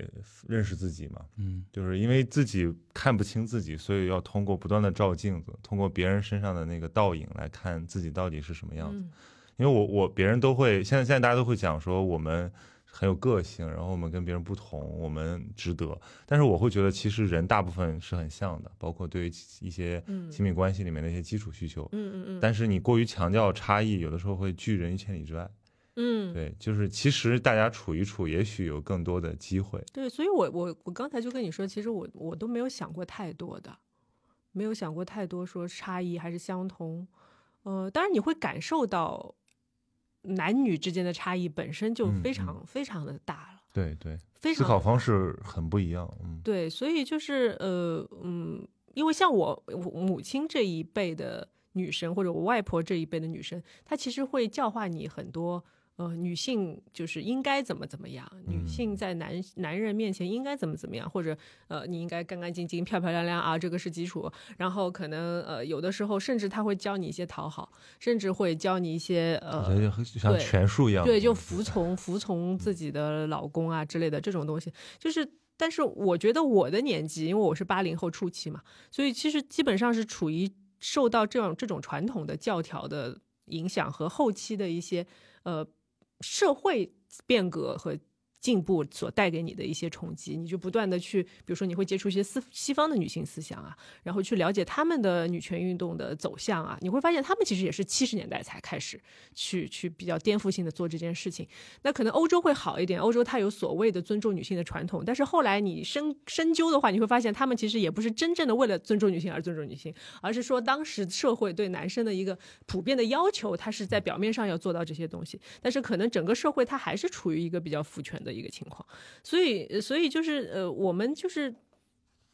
认识自己嘛，嗯就是因为自己看不清自己，所以要通过不断的照镜子，通过别人身上的那个倒影来看自己到底是什么样子。嗯因为我我别人都会现在现在大家都会讲说我们很有个性，然后我们跟别人不同，我们值得。但是我会觉得其实人大部分是很像的，包括对于一些嗯亲密关系里面的一些基础需求。嗯嗯嗯但是你过于强调差异，有的时候会拒人于千里之外。嗯对，就是其实大家处一处，也许有更多的机会。对，所以我我我刚才就跟你说，其实我我都没有想过太多的，没有想过太多说差异还是相同，呃，当然你会感受到男女之间的差异本身就嗯非嗯常、非常的大了，对对，非思常考地方式很不一样。嗯对，所以就是呃嗯，因为像我我母亲这一辈的女生，或者我外婆这一辈的女生，她其实会教化你很多。呃，女性就是应该怎么怎么样，女性嗯在男、男人面前应该怎么怎么样，或者呃，你应该干干净净、漂漂亮亮啊，这个是基础。然后可能呃，有的时候甚至他会教你一些讨好，甚至会教你一些呃，我觉得就像对权术一样。对，就服从服从自己的老公啊之类的这种东西，就是。但是我觉得我的年纪，因为我是八零后初期嘛，所以其实基本上是处于受到这种这种传统的教条的影响和后期的一些呃社会变革和进步所带给你的一些冲击，你就不断的去，比如说你会接触一些西西方的女性思想啊，然后去了解他们的女权运动的走向啊，你会发现他们其实也是七十年代才开始去去比较颠覆性的做这件事情。那可能欧洲会好一点，欧洲它有所谓的尊重女性的传统，但是后来你深深究的话，你会发现他们其实也不是真正的为了尊重女性而尊重女性，而是说当时社会对男生的一个普遍的要求，他是在表面上要做到这些东西，但是可能整个社会它还是处于一个比较父权的一个情况，所以所以就是呃，我们就是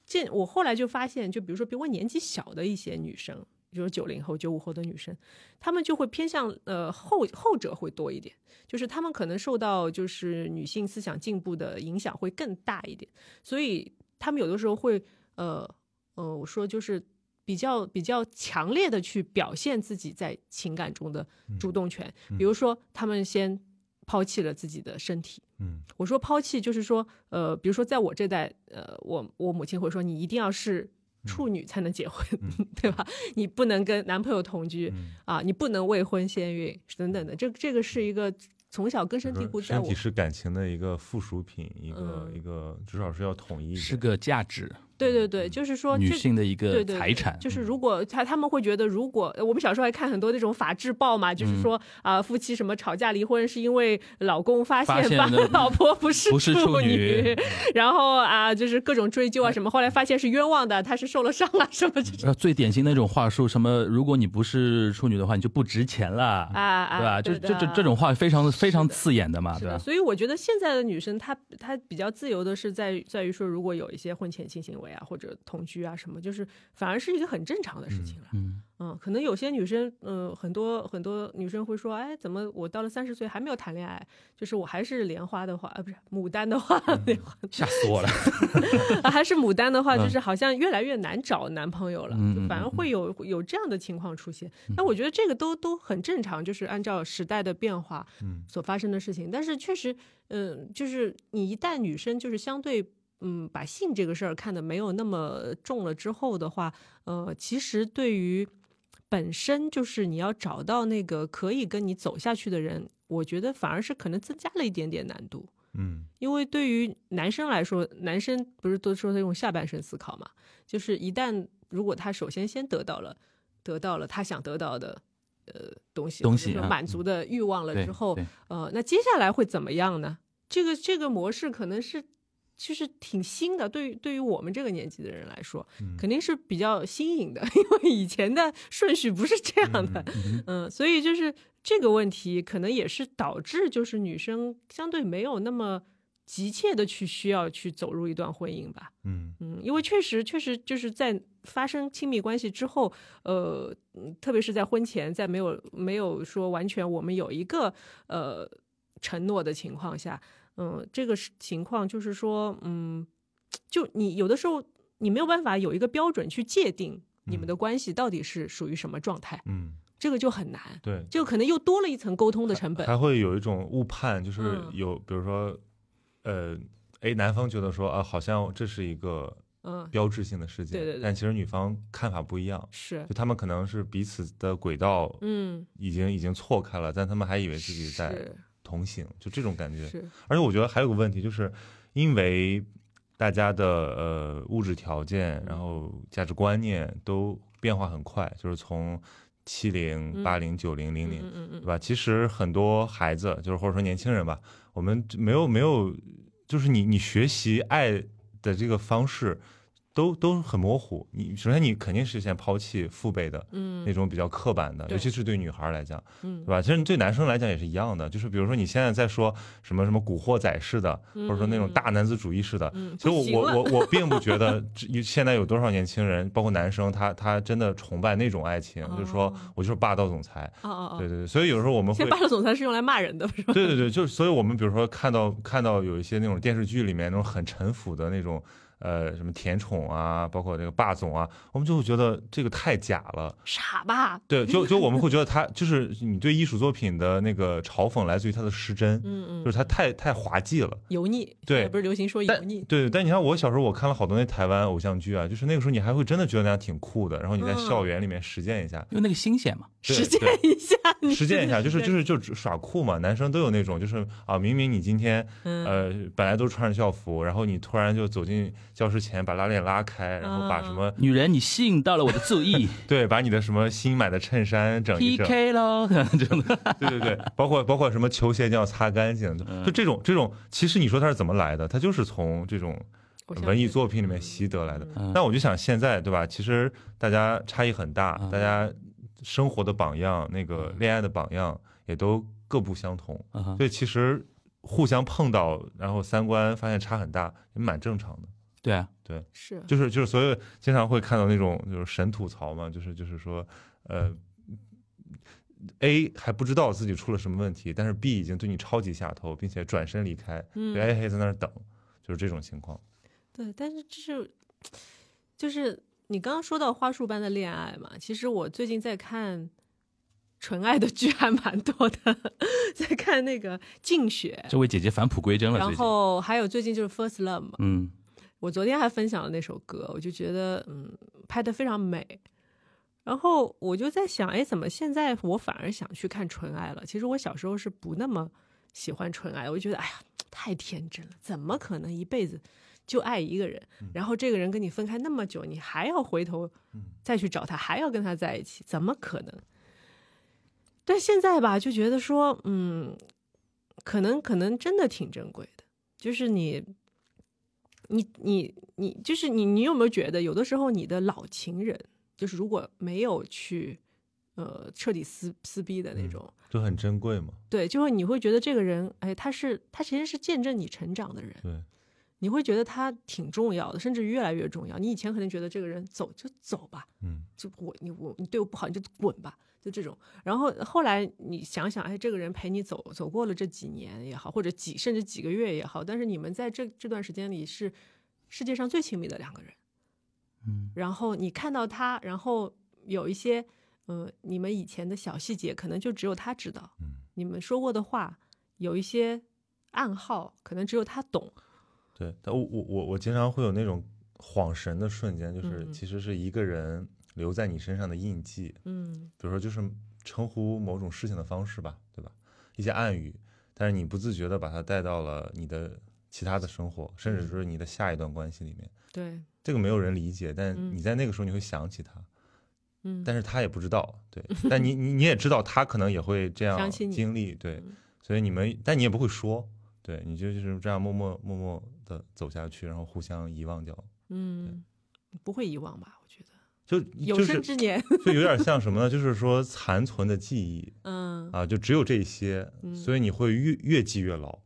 见我后来就发现，就比如说比我年纪小的一些女生，比如九零后、九五后的女生，她们就会偏向呃后后者会多一点，就是她们可能受到就是女性思想进步的影响会更大一点，所以她们有的时候会呃呃，我说就是比较比较强烈的去表现自己在情感中的主动权，比如说她们先抛弃了自己的身体。嗯我说抛弃就是说，呃，比如说在我这代，呃，我我母亲会说你一定要是处女才能结婚，嗯 对吧？你不能跟男朋友同居、嗯，啊，你不能未婚先孕等等的，这这个是一个从小根深蒂固就是在身我体是感情的一个附属品，一个嗯一个至少是要统一一是点。个价值，对嗯对对，就是说女这性的一个对对财产，嗯就是如果他他们会觉得，如果呃我们小时候还看很多那种法制报嘛，就是嗯说啊、夫妻什么吵架离婚是因为老公发发现把了老婆不是不是处女女，嗯 然后啊就是各种追究啊什么，后来发现是冤枉的，他是受了伤啊什么这种呃，最典型那种话术，什么如果你不是处女的话，你就不值钱了，啊啊，对吧？就对这这的这种话非常非常刺眼的嘛，嗯是对啊的，吧？所以我觉得现在的女生她她比较自由的是在于在于说，如果有一些婚前性行为啊或者同居啊什么，就是反而是一个很正常的事情了。嗯，嗯，可能有些女生，嗯，很多很多女生会说，哎，怎么我到了三十岁还没有谈恋爱？就是我还是莲花的话，啊，不是牡丹的话，嗯 莲花吓死我了。啊还是牡丹的话，嗯就是好像越来越难找男朋友了，嗯就反而嗯嗯会有有这样的情况出现。但我觉得这个都都很正常，就是按照时代的变化嗯所发生的事情。但是确实，嗯、就是你一旦女生就是相对。嗯，把性这个事儿看得没有那么重了之后的话，呃，其实对于本身就是你要找到那个可以跟你走下去的人，我觉得反而是可能增加了一点点难度。嗯因为对于男生来说，男生不是都说他用下半身思考嘛，就是一旦如果他首先先得到了，得到了他想得到的。呃，东西东或者西说啊满足的欲望了对之后，对呃，那接下来会怎么样呢？这个这个模式可能是就是挺新的，对于对于我们这个年纪的人来说，嗯，肯定是比较新颖的， 因为以前的顺序不是这样的。嗯嗯，所以就是这个问题，可能也是导致就是女生相对没有那么急切的去需要去走入一段婚姻吧。嗯嗯，因为确实确实就是在发生亲密关系之后，呃，嗯特别是在婚前，在没有没有说完全我们有一个呃承诺的情况下，嗯、这个是情况就是说，嗯，就你有的时候你没有办法有一个标准去界定你们的关系到底是属于什么状态。嗯，这个就很难。对，就可能又多了一层沟通的成本。还会有一种误判，就是嗯有比如说，呃。哎，男方觉得说啊，好像这是一个嗯，标志性的事件，对对对但其实女方看法不一样，是就，他们可能是彼此的轨道嗯，已经已经错开了，但他们还以为自己在是同行，就这种感觉。是，而且我觉得还有个问题，就是因为大家的呃物质条件，然后价值观念都变化很快，就是从七零、嗯八零、九零、零零嗯，嗯对嗯吧？其实很多孩子，就是或者说年轻人吧，我们没有没有，就是你你学习爱的这个方式都都很模糊。你首先你肯定是先抛弃父辈的嗯那种比较刻板的，对尤其是对女孩来讲，嗯对吧？其实对男生来讲也是一样的，就是比如说你现在在说什么什么古惑仔式的，或者说那种大男子主义式的，嗯，其实我不行我了 我我并不觉得这现在有多少年轻人，包括男生，他他真的崇拜那种爱情，就是说哦我就是霸道总裁，哦哦对哦，对对，所以有时候我们现会在，霸道总裁是用来骂人的，是吧？对对对，就是所以我们比如说看到看到有一些那种电视剧里面那种很陈腐的那种。呃，什么甜宠啊，包括这个霸总啊，我们就会觉得这个太假了。 傻吧？对，就就我们会觉得他就是你对艺术作品的那个嘲讽来自于他的失真，嗯就嗯，是他太太滑稽了。油腻，对现在不是流行说油但腻，对，但你看我小时候，我看了好多那台湾偶像剧啊，就是那个时候你还会真的觉得那样挺酷的，然后你在嗯校园里面实践一下，因为那个新鲜嘛，对实践对一下，你，实践一下，就是就是是就是耍酷嘛，男生都有那种，就是啊，明明你今天嗯呃本来都穿着校服，然后你突然就走进教室前，把拉链拉开，然后把啊什么、女人你吸引到了我的 注意对，把你的什么新买的衬衫整一整， ，PK 喽，真的，对对对，包括包括什么球鞋一定要擦干净，就嗯就这种这种，其实你说它是怎么来的？它就是从这种偶像文艺剧作品里面习得来的。嗯那我就想现在对吧？其实大家差异很大，嗯大家生活的榜样、那个嗯恋爱的榜样也都各不相同，嗯哼所以其实互相碰到，然后三观发现差很大，也蛮正常的。对啊，是就是就是，所以经常会看到那种就是神吐槽嘛，就是就是说，呃，A 还不知道自己出了什么问题，但是 B 已经对你超级下头，并且转身离开，嗯对 A 还在那儿等，就是这种情况。对，但是这是就是你刚刚说到花束般的恋爱嘛，其实我最近在看《纯爱的剧还蛮多的， 在看那个《竞雪这位姐姐返璞归真》，了，然最近，后还有最近就是《First Love》嘛，嗯，我昨天还分享了那首歌，我就觉得嗯，拍的非常美。然后我就在想，哎，怎么现在我反而想去看纯爱了？其实我小时候是不那么喜欢纯爱，我就觉得哎呀，太天真了，怎么可能一辈子就爱一个人？然后这个人跟你分开那么久，你还要回头再去找他，还要跟他在一起，怎么可能？但现在吧，就觉得说，嗯，可能可能真的挺珍贵的，就是你你你你，就是你，你有没有觉得，有的时候你的老情人，就是如果没有去，呃，彻底撕撕逼的那种，就很珍贵嘛。对，就会你会觉得这个人，哎，他是他其实是见证你成长的人，对，你会觉得他挺重要的，甚至越来越重要。你以前可能觉得这个人走就走吧，嗯，就我你我你对我不好你就滚吧，就这种。然后后来你想想，哎，这个人陪你走走过了这几年也好，或者几甚至几个月也好，但是你们在这这段时间里是世界上最亲密的两个人。嗯，然后你看到他，然后有一些嗯、呃你们以前的小细节，可能就只有他知道。嗯，你们说过的话，有一些暗号，可能只有他懂。对，但我我我我经常会有那种恍神的瞬间，就是嗯其实是一个人留在你身上的印记，嗯比如说就是称呼某种事情的方式吧，对吧？一些暗语，但是你不自觉的把它带到了你的其他的生活，甚嗯至是你的下一段关系里面。，对，这个没有人理解，但嗯你在那个时候你会想起他，嗯，但是他也不知道， 对。但你你你也知道，他可能也会这样想起你经历，对嗯。所以你们，但你也不会说，对，你就就是这样默默默默的走下去，然后互相遗忘掉，嗯，不会遗忘吧？我觉得就有就生是之 年，就有点像什么呢？就是说残存的记忆，嗯啊，就只有这些，所以你会越越记越牢。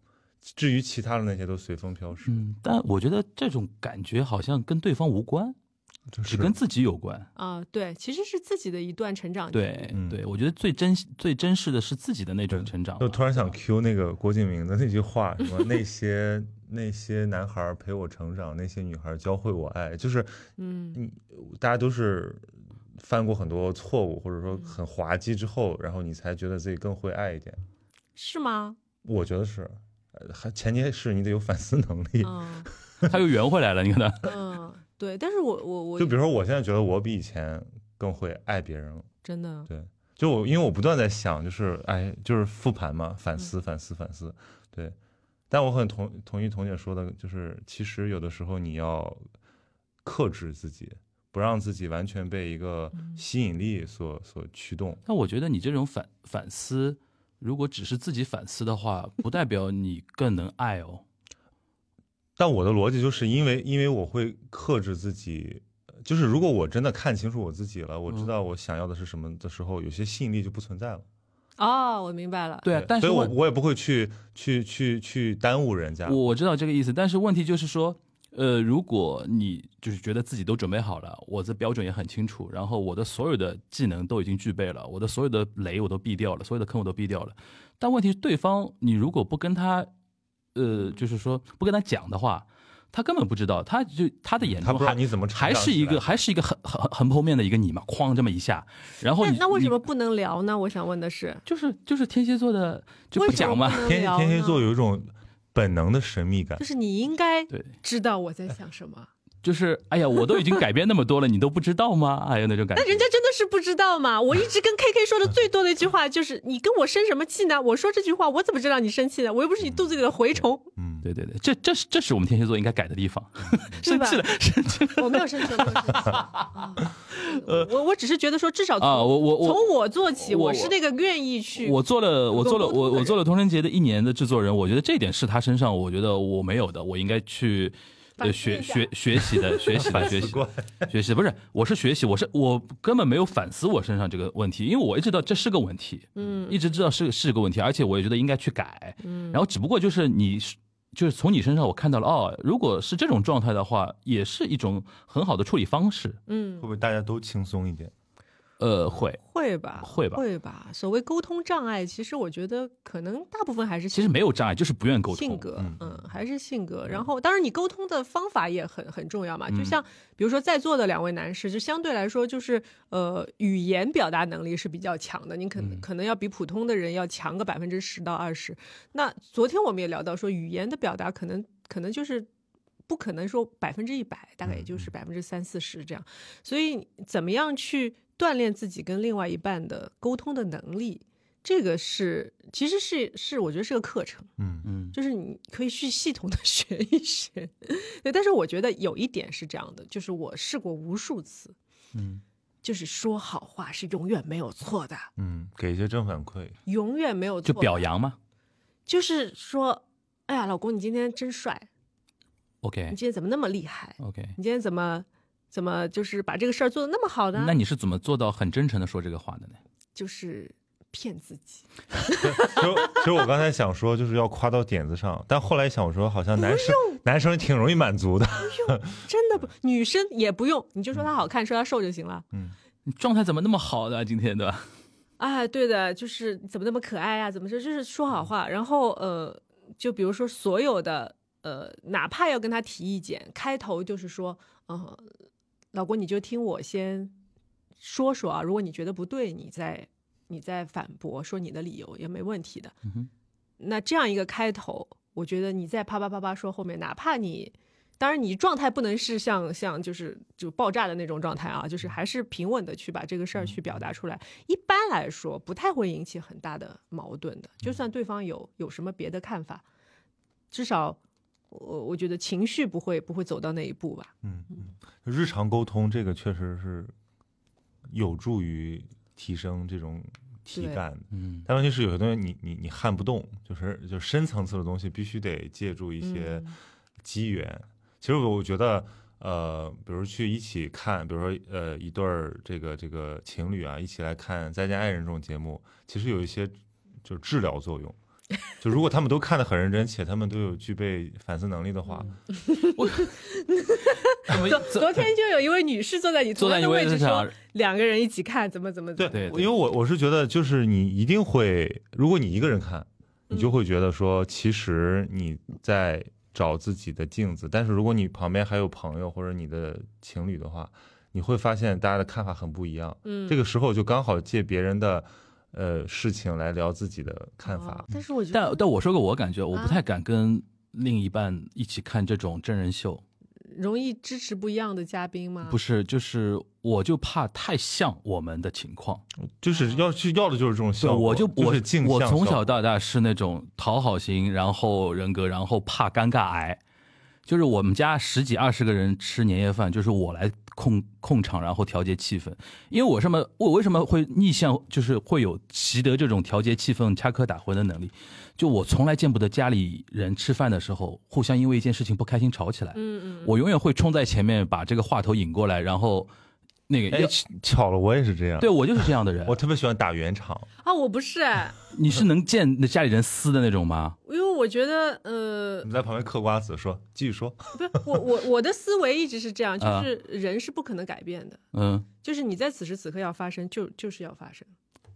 至于其他的那些都随风飘逝，嗯，但我觉得这种感觉好像跟对方无关，就只跟自己有关。啊，对，其实是自己的一段成长。，对、嗯对，我觉得最真最真实的是自己的那种成长吧。我突然想 Q 那个郭敬明的那句话，什么那些那些男孩儿陪我成长，那些女孩儿教会我爱，就是嗯大家都是犯过很多错误，或者嗯说很滑稽之后，然后你才觉得自己更会爱一点。是吗？我觉得是，呃还前提是你得有反思能力。嗯他又圆回来了，你看他，嗯，对，但是我我我就比如说，我现在觉得我比以前更会爱别人了。真的，对，就我因为我不断在想，就是哎，就是复盘嘛，反嗯思、反思、反思。对，但我很同同意童姐说的，就是其实有的时候你要克制自己，不让自己完全被一个嗯吸引力所所驱动。但我觉得你这种反反思，如果只是自己反思的话，不代表你更能爱哦。但我的逻辑就是因为因为我会克制自己。就是如果我真的看清楚我自己了，我知嗯道我想要的是什么的时候，有些吸引力就不存在了。哦，我明白 了。对啊，但是所以我问我也不会去去去去耽误人家。我我知道这个意思，但是问题就是说，呃，如果你就是觉得自己都准备好了，我的标准也很清楚，然后我的所有的技能都已经具备了，我的所有的雷我都避掉了，所有的坑我都避掉了，但问题是对方，你如果不跟他，呃，就是说不跟他讲的话。他根本不知道，他就他的眼他中不知道还你怎么成还长是起一个来还是一个横横横剖面的一个你嘛，哐这么一下，然后那你那为什你么不能聊呢？我想问的是，就是就是天蝎座的就为不什么讲嘛不？能天聊天蝎呢座有一种本能的神秘感就，是你应该对，知道我在想什么。就是哎呀，我都已经改变那么多了，你都不知道吗？哎呀，那种感觉。那人家真的是不知道嘛？我一直跟 K K 说的最多的一句话就是：“你跟我生什么气呢？”我说这句话，我怎么知道你生气呢？我又不是你肚子里的蛔虫。嗯，对对对，这这是这是我们天蝎座应该改的地方。对 生吧 气了，生气了 我没有生气，我没有生气。啊 我我只是觉得说，至少从啊！我我我从我做起，我我是那个愿意去。我做了我做了我我做了童人节的一年的制作人，我觉得这一点是他身上我觉得我没有的，我应该去。反思呃，学一下学学习的，学习的，学习的，学习的不是，我是学习，我是我根本没有反思我身上这个问题，因为我一直知道这是个问题，嗯一直知道是是个问题，而且我也觉得应该去改。然后只不过就是你是，就是从你身上我看到了，哦，如果是这种状态的话，也是一种很好的处理方式。嗯会不，会大家都轻松一点？呃，会，会吧，会吧会吧。所谓沟通障碍，其实我觉得可能大部分还是其实没有障碍，就是不愿沟通。性格嗯，嗯，还是性格。然后，当然你沟通的方法也很很重要嘛。就嗯像比如说在座的两位男士，就相对来说就是呃，语言表达能力是比较强的，你可嗯能可能要比普通的人要强个百分之十到二十。那昨天我们也聊到说，语言的表达可能可能就是。不可能说百分之一百，大概嗯也就是百分之三四十这样。所以，怎么样去锻炼自己跟另外一半的沟通的能力，这个是其实是是我觉得是个课程。嗯嗯，就是你可以去系统的 学一学，对。但是我觉得有一点是这样的，就是我试过无数次，嗯，就是说好话是永远没有错的，嗯，给一些正反馈， 永远没有错就的。表扬嘛。就是说，哎呀，老公，你今天真帅，你 OK 今天怎么那么厉害？ OK，你今天怎么怎么就是把这个事儿做的那么好呢？那你是怎么做到很真诚的说这个话的呢？就是骗自己。其实，其实我刚才想说，就是要夸到点子上，但后来想说，好像男生哎男生挺容易满足的。真的不，女生也不用，你就说她好看，说她瘦就行了。你状态怎么那么好的、啊、今天对吧？啊，对的，就是怎么那么可爱啊呀、怎么说，就是说好话。然后呃，就比如说所有的呃，哪怕要跟他提意见，开头就是说，呃，老公你就听我先说说啊，如果你觉得不对，你再你再反驳，说你的理由也没问题的。嗯哼那这样一个开头，我觉得你再啪啪啪啪说后面，哪怕你。当然，你状态不能是像像就是就爆炸的那种状态啊，就是还是平稳的去把这个嗯事儿去表达出来。一般来说，不太会引起很大的矛盾的。就算对方有有什么别的看法，至少我我觉得情绪不会不会走到那一步吧。嗯，嗯，日常沟通这个确实是有助于提升这种体对感的。嗯但问题是，有些东西你你你撼不动，就是就是深层次的东西，必须得借助一些嗯机缘。其实我觉得，呃，比如去一起看，比如说呃一对儿这个这个情侣啊，一起来看《再见爱人》这种节目，其实有一些就是治疗作用。就如果他们都看得很认真，且他们都有具备反思能力的话，嗯那 么昨昨天就有一位女士坐在你坐同在样你的位位置置上说，，两个人一起看怎么怎么怎对么。对对因为我我是觉得，就是你一定会，如果你一个人看，你就会觉得说，其实你在找自己的镜子。但是如果你旁边还有朋友或者你的情侣的话，你会发现大家的看法很不一样。嗯，这个时候就刚好借别人的呃事情来聊自己的看法哦。但是我觉但得但我说个我感觉，我不啊太敢跟另一半一起看这种真人秀，容易支持不一样的嘉宾吗？不是，是，就是我就怕太像我们的情况。就是要去要的就是这种效对，果，我就就我是镜像我从效小果到大是那种讨好型，然后人格，然后怕尴尬癌。就是我们家十几二十个人吃年夜饭，就是我来控控场，然后调节气氛。因为我什么，我为什么会逆向，就是会有习得这种调节气氛、插科打诨的能力？就我从来见不得家里人吃饭的时候互相因为一件事情不开心吵起来。嗯嗯，我永远会冲在前面，把这个话头引过来，然后那个哎要，巧了，我也是这样。对，我就是这样的人我。特别喜欢打圆场。啊，我不是，你是能见那家里人撕的那种吗？因为我觉得呃我，们在旁边嗑瓜子说，继续说。不是我我我的思维一直是这样，就啊是人是不可能改变的，嗯，就是你在此时此刻要发生，就就是要发生。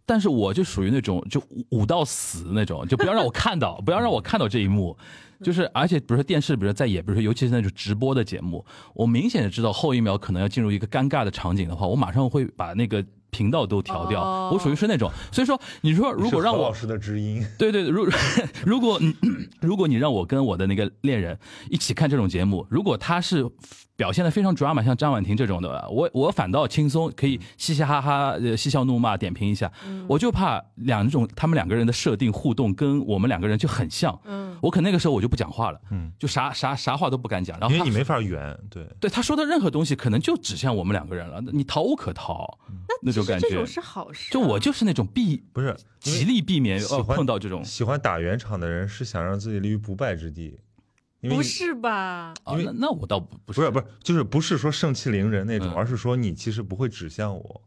但是我就属于那种就捂捂到死那种，就不要让我看到，不要让我看到这一幕。就是而且比如说电视，比如说在演，比如说尤其是那种直播的节目，我明显的知道后一秒可能要进入一个尴尬的场景的话，我马上会把那个频道都调掉。哦我属于是那种，所以说你说如果让我师的知音，对对，如 如果你如果你让我跟我的那个恋人一起看这种节目，如果他是表现的非常 drama，像张婉婷这种的，我我反倒轻松，可以嘻嘻哈哈、呃嬉笑怒骂点评一下。嗯我就怕两种他们两个人的设定互动跟我们两个人就很像，嗯，我可能那个时候我就不讲话了，嗯，就啥啥啥话都不敢讲。然后因他为你没法圆，对。对他说的任何东西，可能就指向我们两个人了，你逃无可逃，那种嗯其实感这觉种。是好事啊、就我就是那种避不是因为极力避免喜呃欢碰到这种。喜欢打圆场的人是想让自己立于不败之地，因为不你是吧？啊，那那我倒不不不是不是就是不是说盛气凌人那种，嗯而是说你其实不会指向我，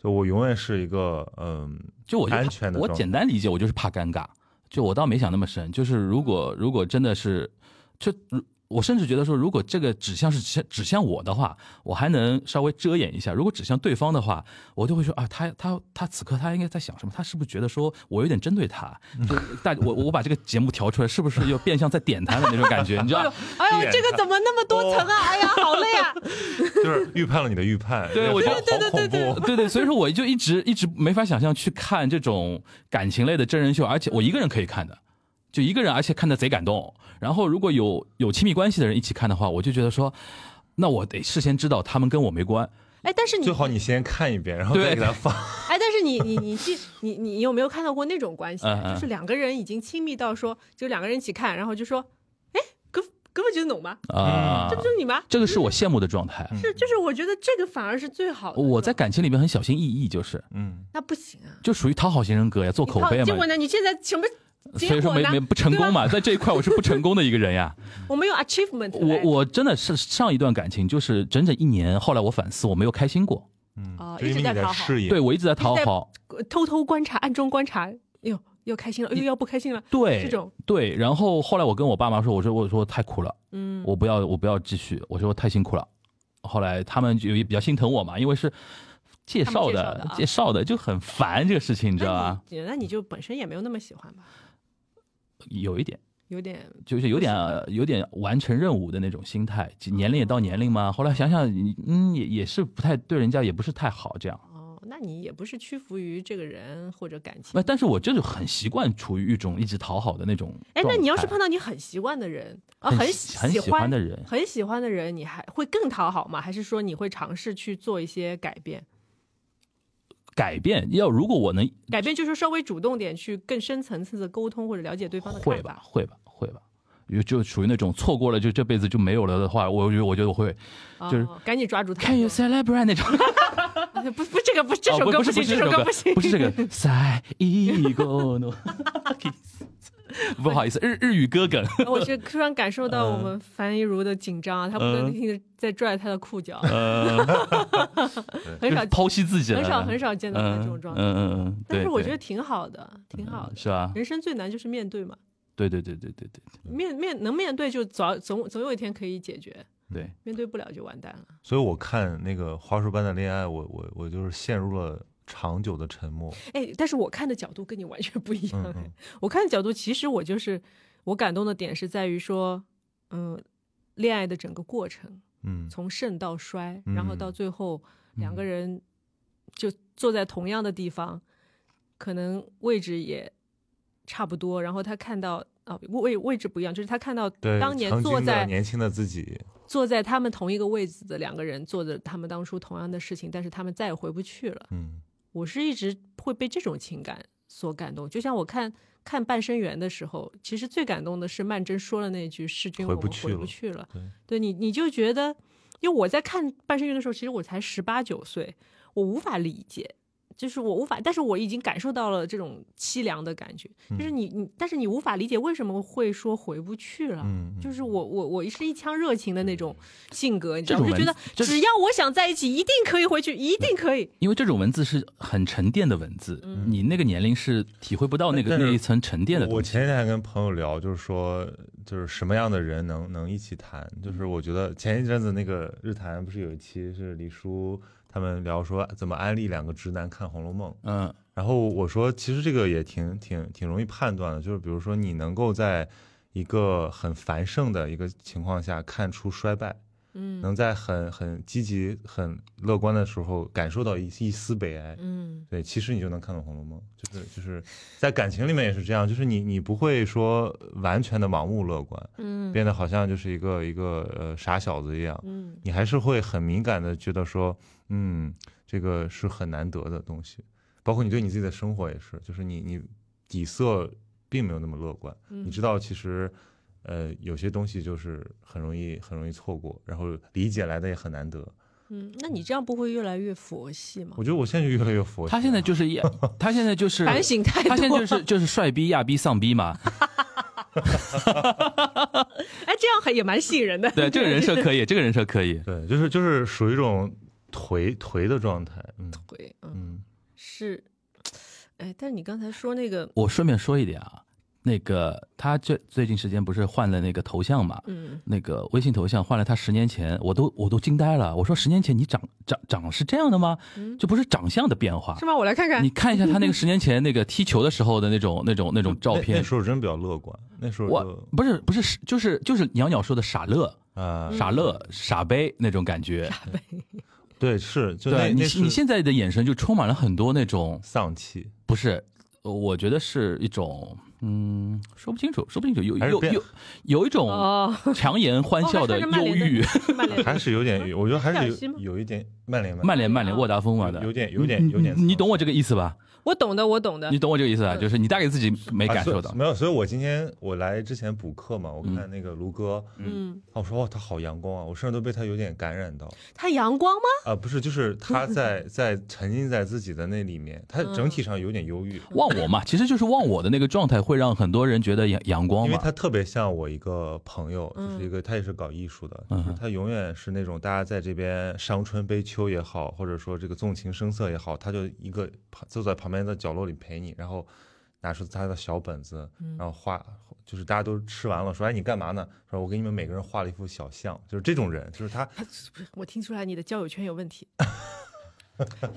就我永远是一个嗯，就我就安怕全的我状简单理解，我就是怕尴尬。就我倒没想那么深，就是如果如果真的是，就如我甚至觉得说，如果这个指向是指向指向我的话，我还能稍微遮掩一下；如果指向对方的话，我就会说啊，他他他此刻他应该在想什么？他是不是觉得说我有点针对他？就大 我我把这个节目调出来，是不是又变相在点他的那种感觉？你知道吧？哎呦，这个怎么那么多层啊？哎呀，好累 啊！ 就是预判了你的预判，对我觉得好恐怖。对对，所以说我就一直一直没法想象去看这种感情类的真人秀，而且我一个人可以看的，就一个人，而且看的贼感动。然后如果有有亲密关系的人一起看的话，我就觉得说，那我得事先知道他们跟我没关。哎，但是你最好你先看一遍，然后再对给他放。哎，但是你你你记你你有没有看到过那种关系？啊嗯嗯就是两个人已经亲密到说，就两个人一起看，然后就说，哎，根根本就是侬吗？啊、这不就是你吗？这个是我羡慕的状态。是，就是我觉得这个反而是最好的。我在感情里面很小心翼翼，就是嗯，那不行啊，就属于讨好型人格呀，做口好碑结果嘛，呃呢？你现在什么结所以说果没呢？没不成功嘛，在这一块我是不成功的一个人 呀。我没有 achievement 我来。我真的是上一段感情就是整整一年，后来我反思我没有开心过，哦嗯就因一直为在你的讨好事业，对我一直在讨在好。我偷偷观察，暗中观察，哎呦，又开心了，哎呦，要不开心了。对，这种对。然后后来我跟我爸妈说，我说我说太苦了，嗯，我不要我不要继续，我说太辛苦了。后来他们就也比较心疼我嘛，因为是介绍他们介绍的的啊哎介绍的就很烦这个事情，你知道吧？那你那你就本身也没有那么喜欢吧，有一点。有点就是有点呃有点完成任务的那种心态，年龄也到年龄嘛。后来想想，嗯，也也是不太对人家，也不是太好这样。哦，那你也不是屈服于这个人或者感情那。但是我这就很习惯处于一种一直讨好的那种哎状态。，那你要是碰到你很习惯的人啊，很喜喜很喜欢的人很喜欢的人，你还会更讨好吗？还是说你会尝试去做一些改变？改变，要如果我能改变就是稍微主动点，去更深层次的沟通或者了解对方的会看吧法。，会吧，会吧，就就属于那种错过了就这辈子就没有了的话，我觉得我觉得我 会哦就是赶紧抓住他 Can。you celebrate 那种。 不不，这个不，这首哦、歌不是行，不是首歌不行，不是这 个。赛一个诺，不好意思，日日语歌 梗。我是突然感 受到我们樊一茹的紧张啊，她不能嗯停的在拽他的裤脚，呃，很少就是剖析自己了，很少很少见到她这种状态。嗯嗯嗯嗯，但是对我觉得对挺好的，挺好的。是吧？人生最难就是面对嘛，对对对对对对面面能面对就早总总有一天可以解决，对，面对不了就完蛋了。所以我看那个《花束般的恋爱》，我我我就是陷入了长久的沉默。哎，但是我看的角度跟你完全不一样。哎嗯嗯我看的角度其实我就是我感动的点是在于说，嗯，恋爱的整个过程，嗯，从盛到衰，然后到嗯最后两个嗯人就坐在同样的地方，可能位置也差不多。然后他看到啊位位置不一样，就是他看到对，当年曾坐经的在年轻的自己，坐在他们同一个位置的两个人做着他们当初同样的事情，但是他们再也回不去了。嗯我是一直会被这种情感所感动。就像我看看《半生缘》的时候，其实最感动的是曼桢说了那句“是君回我不们去回了不去了”对对你你就觉得，因为我在看《半生缘》的时候，其实我才十八九岁，我无法理解。就是我无法，但是我已经感受到了这种凄凉的感觉。就是嗯你你，但是你无法理解为什么会说回不去了。嗯，啊就是是我我我是一腔热情的那种性格，你知道吗？这我种就觉得文这只要我想在一起，一定可以回去，一定可以。因为这种文字是很沉淀的文字，嗯你那个年龄是体会不到那个但是那一层沉淀的我东西。前几天还跟朋友聊，就是说，就是什么样的人能能一起谈？就是我觉得前一阵子那个日坛不是有一期是李叔他们聊说怎么安利两个直男看《红楼梦》，嗯，然后我说，其实这个也挺挺挺容易判断的，就是比如说你能够在一个很繁盛的一个情况下看出衰败，嗯能在很很积极、很乐观的时候感受到一一丝悲哀， 嗯对，其实你就能看懂《红楼梦》，就是就是在感情里面也是这样，就是你你不会说完全的盲目乐观，嗯变得好像就是一个一个呃傻小子一样，嗯你还是会很敏感的觉得说，嗯，这个是很难得的东西，包括你对你自己的生活也是，就是你你底色并没有那么乐观，嗯你知道其实，呃，有些东西就是很容易很容易错过，然后理解来的也很难得。嗯，那你这样不会越来越佛系吗我？觉得我现在就越来越佛系了，他现在就 是一，他现在就是反省太多，他现在就是就是帅逼、亚逼、丧逼 嘛。哎，这样还也蛮吸引人的。对，这个人设 可以，这个人设可以。对，就是就是属于一种颓颓的状态，嗯对，嗯，嗯，是，哎，但是你刚才说那个，我顺便说一点啊，那个他最最近时间不是换了那个头像嘛？嗯，那个微信头像换了，他十年前我都我都惊呆了。我说十年前你长长长是这样的吗？这不是长相的变化嗯是，吗？我来看看你。看一下他那个十年前那个踢球的时候的那种 那种那种照那那片，时候真比较乐观，那时候我就不是不是是就是就是鸟鸟说的傻乐啊、嗯傻乐傻杯那种感觉，对，是就那对你那是你现在的眼神就充满了很多那种丧气，不是，呃我觉得是一种嗯说不清楚说不清楚有还是有变有有一种哦，强颜欢笑的 哦还是曼忧 联郁，曼 联还是有点，我觉得还小是嗯西有吗有一点曼联曼联曼联啊沃达丰嘛的有有点有点有点你，你懂我这个意思吧？我懂的，我懂的你。懂我这个意嗯思啊？就是你大概自己没感啊受到所以，没有，所以我今天我来之前补课嘛，我看嗯那个卢哥，嗯，啊我说哇，他好阳光啊，我甚至都被他有点感 染到他阳光吗？啊，不是，就是他在在沉浸在自己的那里面，他整体上有点忧郁，忘我嘛，其实就是忘我的那个状态会让很多人觉得阳阳光因为嘛。他特别像我一个朋友，就嗯是一个他也是搞艺术的，嗯就是他永远是那种大家在这边伤春悲秋也好，或者说这个纵情声色也好，他就一个旁坐在旁边的角落里陪你，然后拿出他的小本子，然后画，就是大家都吃完了，说哎你干嘛呢？说我给你们每个人画了一幅小像，就是这种人，就是他我听出来你的交友圈有问题。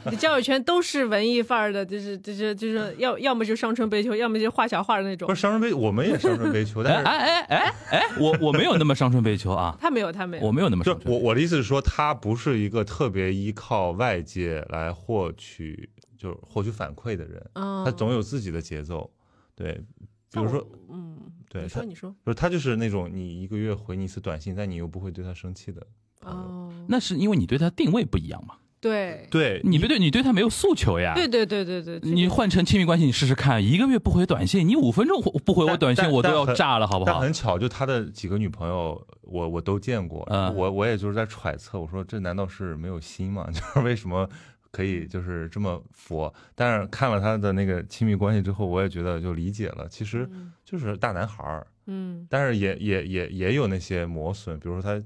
你的交友圈都是文艺范儿的，就是就是就是要要么就伤春悲秋，要么就画小画的那种不。是伤春悲，我们也伤春悲 秋，哎但是。哎哎哎哎，我我没有那么伤春悲秋啊，他没有，他没有。我没有那么就伤春我悲秋。我的意思是说，他不是一个特别依靠外界来获取就是获取反馈的人，嗯他总有自己的节奏。对，比像如我说，嗯，对你说他你说就是他就是那种你一个月回你一次短信，但你又不会对他生气的。哦，那是因为你对他定位不一样嘛，对对啊你不对，你对他没有诉求呀。对对对对对，这你个换成亲密关系，你试试看，一个月不回短信，你五分钟不回我但短信，但我都但要很炸了，好不但好？很巧，就他的几个女朋友，我我都见过，嗯我我也就是在揣测，我说这难道是没有心吗？ 就是为什么可以就是这么佛？但是看了他的那个亲密关系之后，我也觉得就理解了，其实就是大男孩儿，嗯但是也也也也有那些磨损，比如说他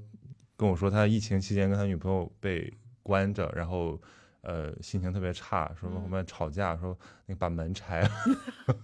跟我说他疫情期间跟他女朋友被关着，然后。呃，心情特别差，说嗯我们吵架，说那个把门拆了。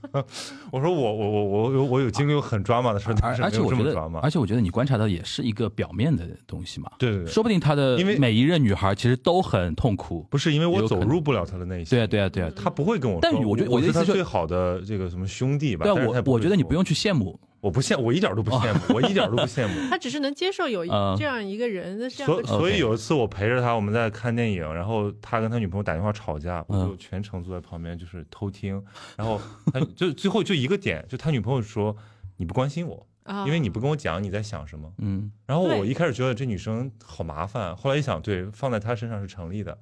我说我我我我有我有经历过很 drama 的事，但而是而没且有我这觉么得 drama，。而且我觉得你观察到也是一个表面的东西嘛，对对对，说不定他的因为每一任女孩其实都很痛苦。不是因为有我可走能入不了他的内心，对啊，对啊，对啊，他不会跟我说。但我觉得我我的意是思他是最好的这个什么兄弟吧。对啊，但是他也我会我觉得你说不，用去羡慕，我不羡，我一点都不羡 慕，我一点都不羡慕。他只是能接受有一嗯这样一个人的这样所的以所 OK 以有一次我陪着他，我们在看电影，然后他跟他女朋友打电话吵架，我嗯就全程坐在旁边就是偷听，然后他就最后就一个点，就他女朋友说你不关心我，啊，因为你不跟我讲你在想什么。嗯，然后我对一开始觉得这女生好麻烦，后来一想，对，放在他身上是成立的，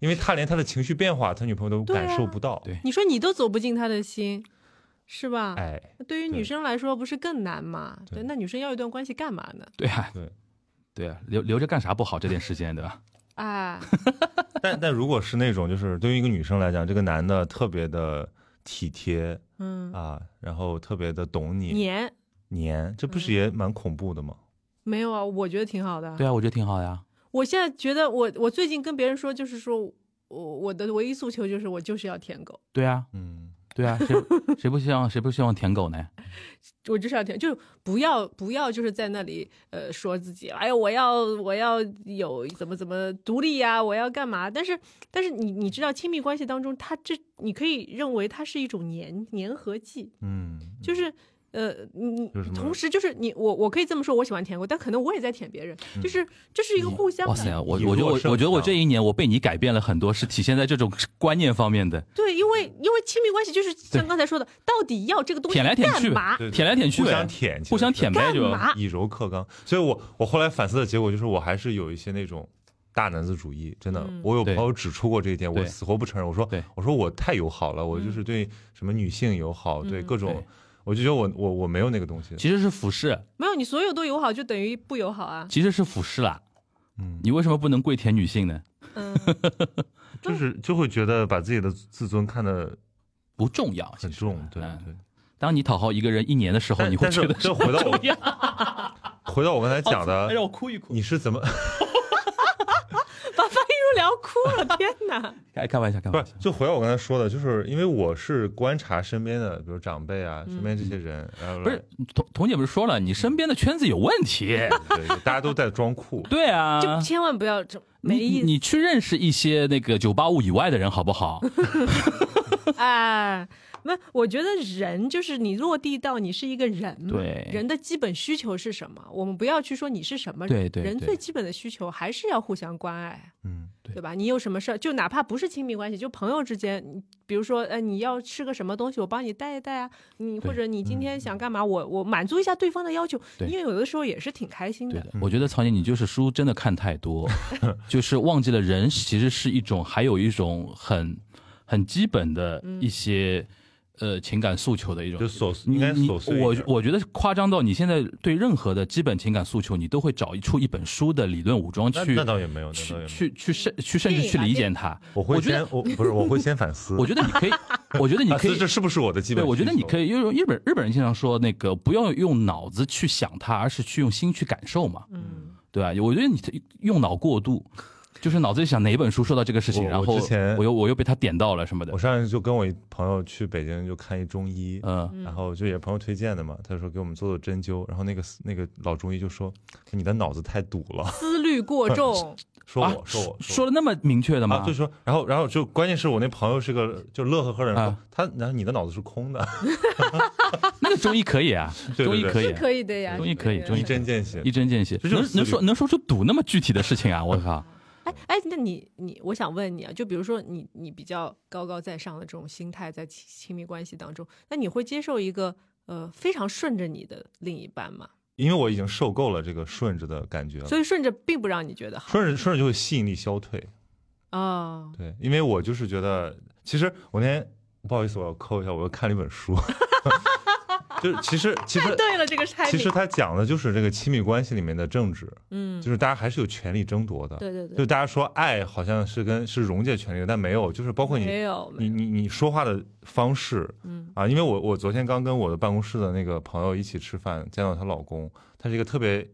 因为他连他的情绪变化，他女朋友都对啊感受不到。对你说你都走不进他的心，是吧？ 哎，那对于对女生来说不是更难吗？对对，那女生要一段关系干嘛呢？对啊，对，对啊，留留着干啥不好？这点时间，对 吧？啊，但但如果是那种，就是对于一个女生来讲，这个男的特别的体贴嗯，啊，然后特别的懂你，黏黏，这不是也蛮恐怖的吗？没有啊，我觉得挺好的。对啊，我觉得挺好呀。我现在觉得我我最近跟别人说，就是说我我的唯一诉求就是我就是要舔狗，对啊，嗯，对啊，谁谁不希望谁不希望舔狗呢？我就是要舔，就不要不要就是在那里呃说自己，哎呀我要我要有怎么怎么独立呀、我要干嘛？但是但是你你知道亲密关系当中，它这你可以认为它是一种粘粘合剂，嗯，就是嗯呃，你有什么同时就是你我我可以这么说，我喜欢舔狗，但可能我也在舔别人，就是这是一个互相嗯哇的。塞，我以我觉得弱我胜我觉得我强这一年我被你改变了很多，是体现在这种观念方面的，对，因为因为亲密关系就是像对刚才说的，到底要这个东西舔来舔去干嘛？对对舔来舔去互呗，相舔，互相舔呗，干就嘛？以柔克刚。所以我我后来反思的结果就是，我还是有一些那种大男子主义，真的。我有对朋友指出过这一点，我对死活不承认。我说对我说我太友好了，我就是对什么女性友好，对各种对，我就觉得我我我没有那个东西。其实是俯视，没有，你所有都友好就等于不友 好啊。其实是俯视啦。嗯你为什么不能跪舔女性呢？嗯，就是就会觉得把自己的自尊看得不重要，其很实重，对嗯对。当你讨好一个人一年的时候，但你会但是觉得这回到我样回到我刚才讲哎的，让我哭一哭。你是怎么？把翻译聊哭了，天哪！开开玩笑，开不是玩笑，。就回到我刚才说的，就是因为我是观察身边的，比如长辈啊，身边这些人，呃然后嗯不是，童童姐不是说了，你身边的圈子有问题。。对，大家都在装酷对 啊，就千万不要这没你意你去认识一些那个九八五以外的人，好不 好？思啊。那我觉得人就是你落地到你是一个人，对人的基本需求是什么？我们不要去说你是什么人，对对人对最基本的需求还是要互相关爱。嗯，对吧？你有什么事儿，就哪怕不是亲密关系，就朋友之间，你比如说，呃，你要吃个什么东西，我帮你带一带啊，你对嗯或者你今天想干嘛，我我满足一下对方的要求，对因为有的时候也是挺开心对的的。，我觉得曹姐你就是书真的看 太多，就是忘记了人其实是一种，还有一种很很基本的嗯一些、呃情感诉求的一种就。琐你应该你琐碎一我点我觉得夸张到你现在对任何的基本情感诉求，你都会找出一本书的理论武装那去那倒也没有，那倒也没去有。去去甚去甚电至影去啊理电解它。我会我觉得先我不是我会先反思。我觉得你 可以，我觉得你反可思以这是不是我的基对，本？我觉得你可以。以，因为日本日本人经常说那个不要用脑子去想它，而是去用心去感受嘛，嗯，对吧？我觉得你用脑过度，就是脑子里想哪一本书说到这个事情，我然我后之前我又我又被他点到了什么的我，上次就跟我一朋友去北京就看一中医，嗯，然后就也朋友推荐的嘛，他说给我们做做针灸，然后那个那个老中医就说你的脑子太堵了，思虑过重，说啊我说我说的那么明确的啊，吗就？说，然后，然后就关键是我那朋友是个就乐呵呵的人，啊他然后你的脑子是空的，那个中医可以啊， 对对中医对可以啊，可以的呀，中医可以是中一医针见血一。针见血，这就能是思能虑说能说出赌那么具体的事情啊！我 靠，哎哎，那你你，我想问你啊，就比如说你你比较高高在上的这种心态在亲亲密关系当中，那你会接受一个呃非常顺着你的另一半吗？ 因为我已经受够了这个顺着的感觉了，所以顺着并不让你觉得好顺着顺着就会吸引力消退。哦，对，因为我就是觉得，其实我那天不好意思，我要扣一下，我又看了一本书， 就是其实其实对了，这个差其实评，他讲的就是这个亲密关系里面的政治，嗯，就是大家还是有权利争夺的。对对对就大家说爱好像是跟是溶解权利的，但没有，就是包括你没有，没你有你你说话的方式，嗯啊，因为我我昨天刚跟我的办公室的那个朋友一起吃饭，见到她老公，她是一个特别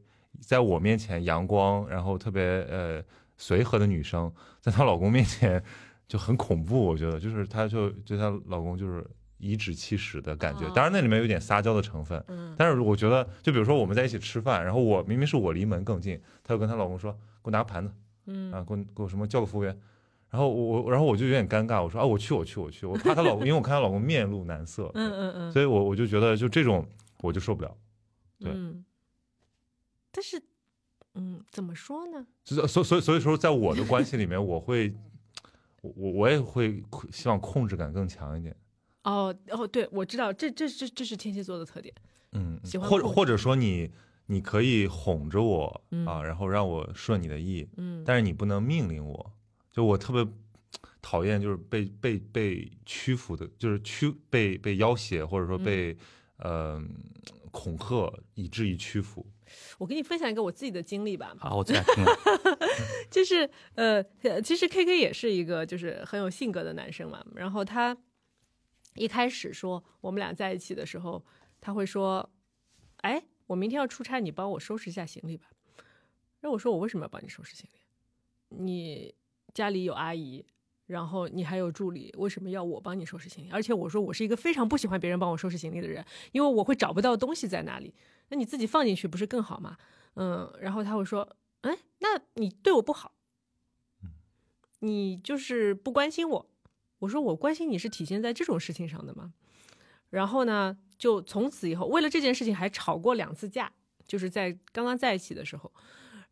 在我面前阳光，然后特别呃随和的女生，在她老公面前就很恐怖，我觉得就是她就对她老公就是颐指气使的感觉，当然那里面有点撒娇的成分，嗯但是我觉得就比如说我们在一起吃饭，然后我明明是我离门更近，她就跟她老公说给我拿个盘子，嗯啊，给我给我什么叫个服务员。然后我我然后我就有点尴尬，我说啊我去我去我去，我怕她老公，因为我看她老公面露难色，嗯嗯嗯，所以我我就觉得就这种我就受不了，对嗯，但是，嗯，怎么说呢？就是所所以所以说在我的关系里面，我会我我我也会希望控制感更强一点，哦哦，对，我知道，这这这这是天蝎座的特点。嗯喜，欢或者控制或者说你你可以哄着我嗯啊，然后让我顺你的意，嗯，但是你不能命令我，就我特别讨厌就是被被被屈服的，就是屈被被要挟或者说被嗯呃恐吓以至于屈服，我给你分享一个我自己的经历吧，好，我 最爱听了，就是呃，呃其实 K K 也是一个就是很有性格的男生嘛。然后他一开始说我们俩在一起的时候，他会说：“哎，我明天要出差，你帮我收拾一下行李吧。”那我说：“我为什么要帮你收拾行李？你家里有阿姨。”然后你还有助理，为什么要我帮你收拾行李？而且我说我是一个非常不喜欢别人帮我收拾行李的人，因为我会找不到东西在哪里。那你自己放进去不是更好吗？嗯，然后他会说，哎，那你对我不好，你就是不关心我。我说我关心你是体现在这种事情上的吗？然后呢，就从此以后，为了这件事情还吵过两次架，就是在刚刚在一起的时候。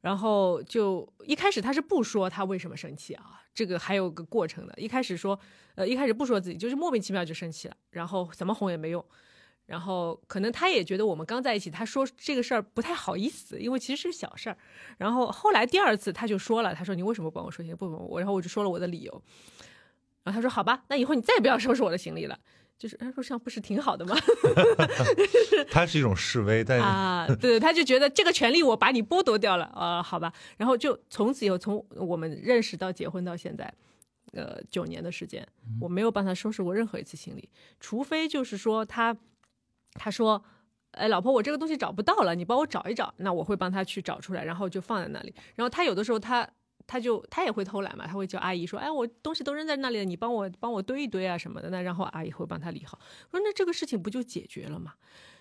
然后就一开始他是不说他为什么生气啊，这个还有个过程的。一开始说，呃，一开始不说自己，就是莫名其妙就生气了，然后怎么哄也没用。然后可能他也觉得我们刚在一起，他说这个事儿不太好意思，因为其实是个小事儿。然后后来第二次他就说了，他说你为什么帮我收行李不帮我？然后我就说了我的理由。然后他说好吧，那以后你再也不要收拾我的行李了。就是他说这样不是挺好的吗？它是一种示威，但啊，对，他就觉得这个权利我把你剥夺掉了，啊，好吧，然后就从此以后，从我们认识到结婚到现在，呃，九年的时间，我没有帮他收拾过任何一次行李，除非就是说他，他说。哎，老婆，我这个东西找不到了，你帮我找一找。那我会帮他去找出来，然后就放在那里。然后他有的时候他他就他也会偷懒嘛，他会叫阿姨说：“哎，我东西都扔在那里了，你帮我帮我堆一堆啊什么的。”那然后阿姨会帮他理好。说那这个事情不就解决了吗？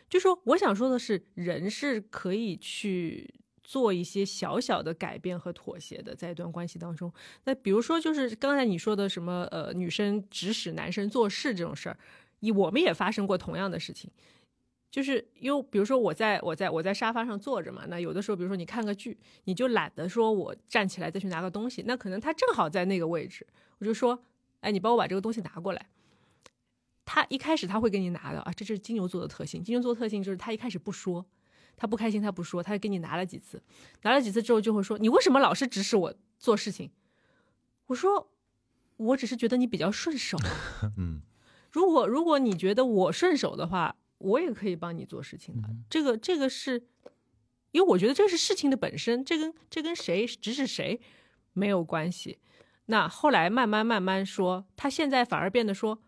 就说我想说的是，人是可以去做一些小小的改变和妥协的，在一段关系当中。那比如说，就是刚才你说的什么呃，女生指使男生做事这种事儿，以我们也发生过同样的事情。就是因为，比如说我在我在我在沙发上坐着嘛，那有的时候，比如说你看个剧，你就懒得说我站起来再去拿个东西，那可能他正好在那个位置，我就说，哎，你帮我把这个东西拿过来。他一开始他会给你拿的啊，这就是金牛座的特性。金牛座特性就是他一开始不说，他不开心他不说，他就给你拿了几次，拿了几次之后就会说，你为什么老是指使我做事情？我说，我只是觉得你比较顺手。嗯，如果如果你觉得我顺手的话，我也可以帮你做事情的。这个这个是，因为我觉得这是事情的本身，这跟这跟谁指使谁没有关系。那后来慢慢慢慢说，他现在反而变得说，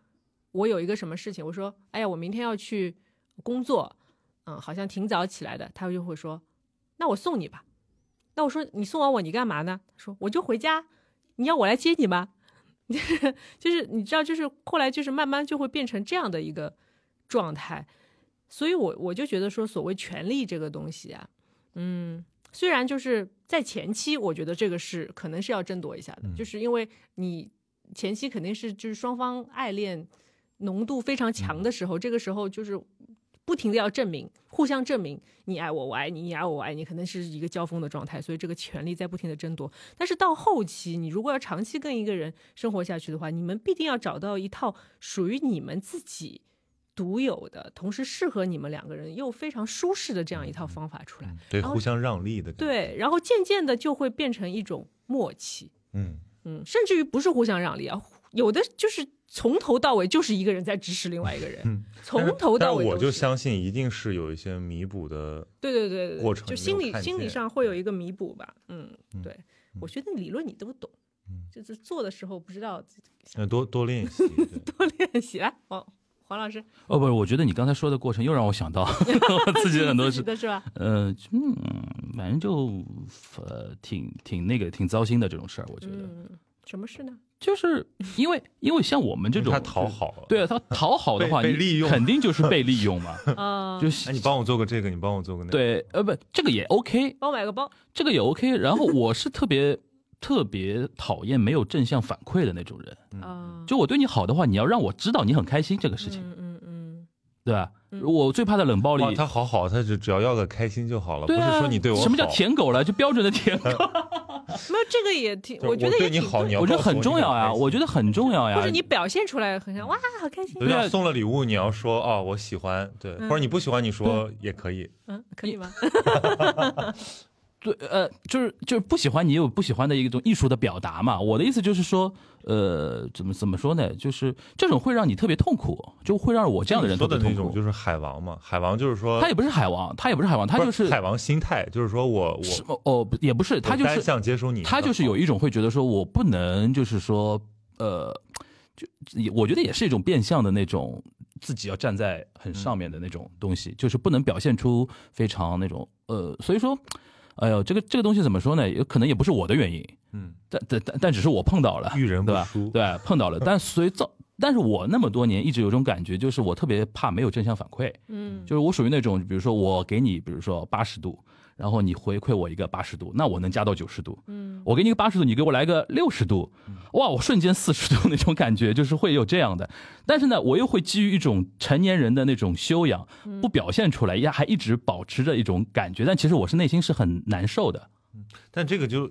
我有一个什么事情，我说，哎呀，我明天要去工作，嗯，好像挺早起来的，他就会说，那我送你吧。那我说你送完我你干嘛呢？他说我就回家，你要我来接你吗？就是你知道，就是后来就是慢慢就会变成这样的一个状态，所以我我就觉得说，所谓权力这个东西啊，嗯，虽然就是在前期，我觉得这个是可能是要争夺一下的，就是因为你前期肯定是就是双方爱恋浓度非常强的时候，这个时候就是不停的要证明，互相证明你爱我，我爱你，你爱我，我爱你，可能是一个交锋的状态，所以这个权力在不停的争夺。但是到后期，你如果要长期跟一个人生活下去的话，你们必定要找到一套属于你们自己独有的，同时适合你们两个人又非常舒适的这样一套方法出来。嗯对，然后互相让利的感觉，对，然后渐渐的就会变成一种默契，嗯，嗯，甚至于不是互相让利啊，有的就是从头到尾就是一个人在指使另外一个人，从头嗯但到尾我都就是相信一定是有一些弥补的，对对对对对，过程就没心有理看心理见上会有一个弥补吧。嗯，嗯对，我觉得理论你都懂，就是做的时候不知道那呃多多练习， 对多练习来，黄黄老师，哦，不是，我觉得你刚才说的过程又让我想 到我自己很多自己事，的是吧？呃，就嗯，反正就呃，挺挺那个，挺糟心的这种事儿，我觉得，嗯，什么事呢？ 就是因为因为像我们这种他讨好了，对啊，他讨好的被话，被你利用肯定就是被利 用嘛，啊，就哎，是你帮我做个这个，你帮我做个那个，对，呃，不，这个也 OK，帮我买个包，这个也 OK。然后我是特别特别讨厌没有正向反馈的那种人，嗯啊，就我对你好的话，你要让我知道你很开心这个事情，嗯嗯嗯，对吧？我最怕的冷暴哇，力。他好好，他只只要要个开心就好了，不对啊，是说你对我好什么叫舔狗了？就标准的舔狗， 没有这个也挺，就是觉我得也对你挺好，你要我觉得告诉很重 要呀，你很开心我觉得很重要呀。或者你表现出来很像哇，好开心就，对啊嗯像送了礼物，你要说啊、我喜欢，对，或者你不喜欢，你说也可以，嗯，可以 吗？对，呃，就是就是不喜欢你有不喜欢的一种艺术的表达嘛。我的意思就是说，呃，怎么怎么说呢？就是这种会让你特别痛苦，就会让我这样的人说特的别那痛种苦。就是海王嘛，海王就是说他也不是海王，他也不是海王，他不就是是海王心态，就是说我我是哦，不也不是，他就单是向接收你，他就是有一一种会觉得说我不能，就是说，呃，就也我觉得也是一种变相的那种自己要站在很上面的那种东西，就是不能表现出非常那种呃，所以说，哎呦，这个这个东西怎么说呢？有可能也不是我的原因。嗯但但但但只是我碰到了，遇人不对吧淑？对，碰 到了。但随造，但是我那么多年一直有种感觉，就是我特别怕没有正向反馈，嗯就是我属于那种，比如说我给你，比如说八十度，然后你回馈我一个八十度，那我能加到九十度。嗯，我给你个八十度，你给我来个六十度，哇，我瞬间四十度 那种感觉，就是会有这样的。但是呢，我又会基于一种成年人的那种修养，不表现出来，呀，还一直保持着一种感觉，但其实我是内心是很难受的。但这个就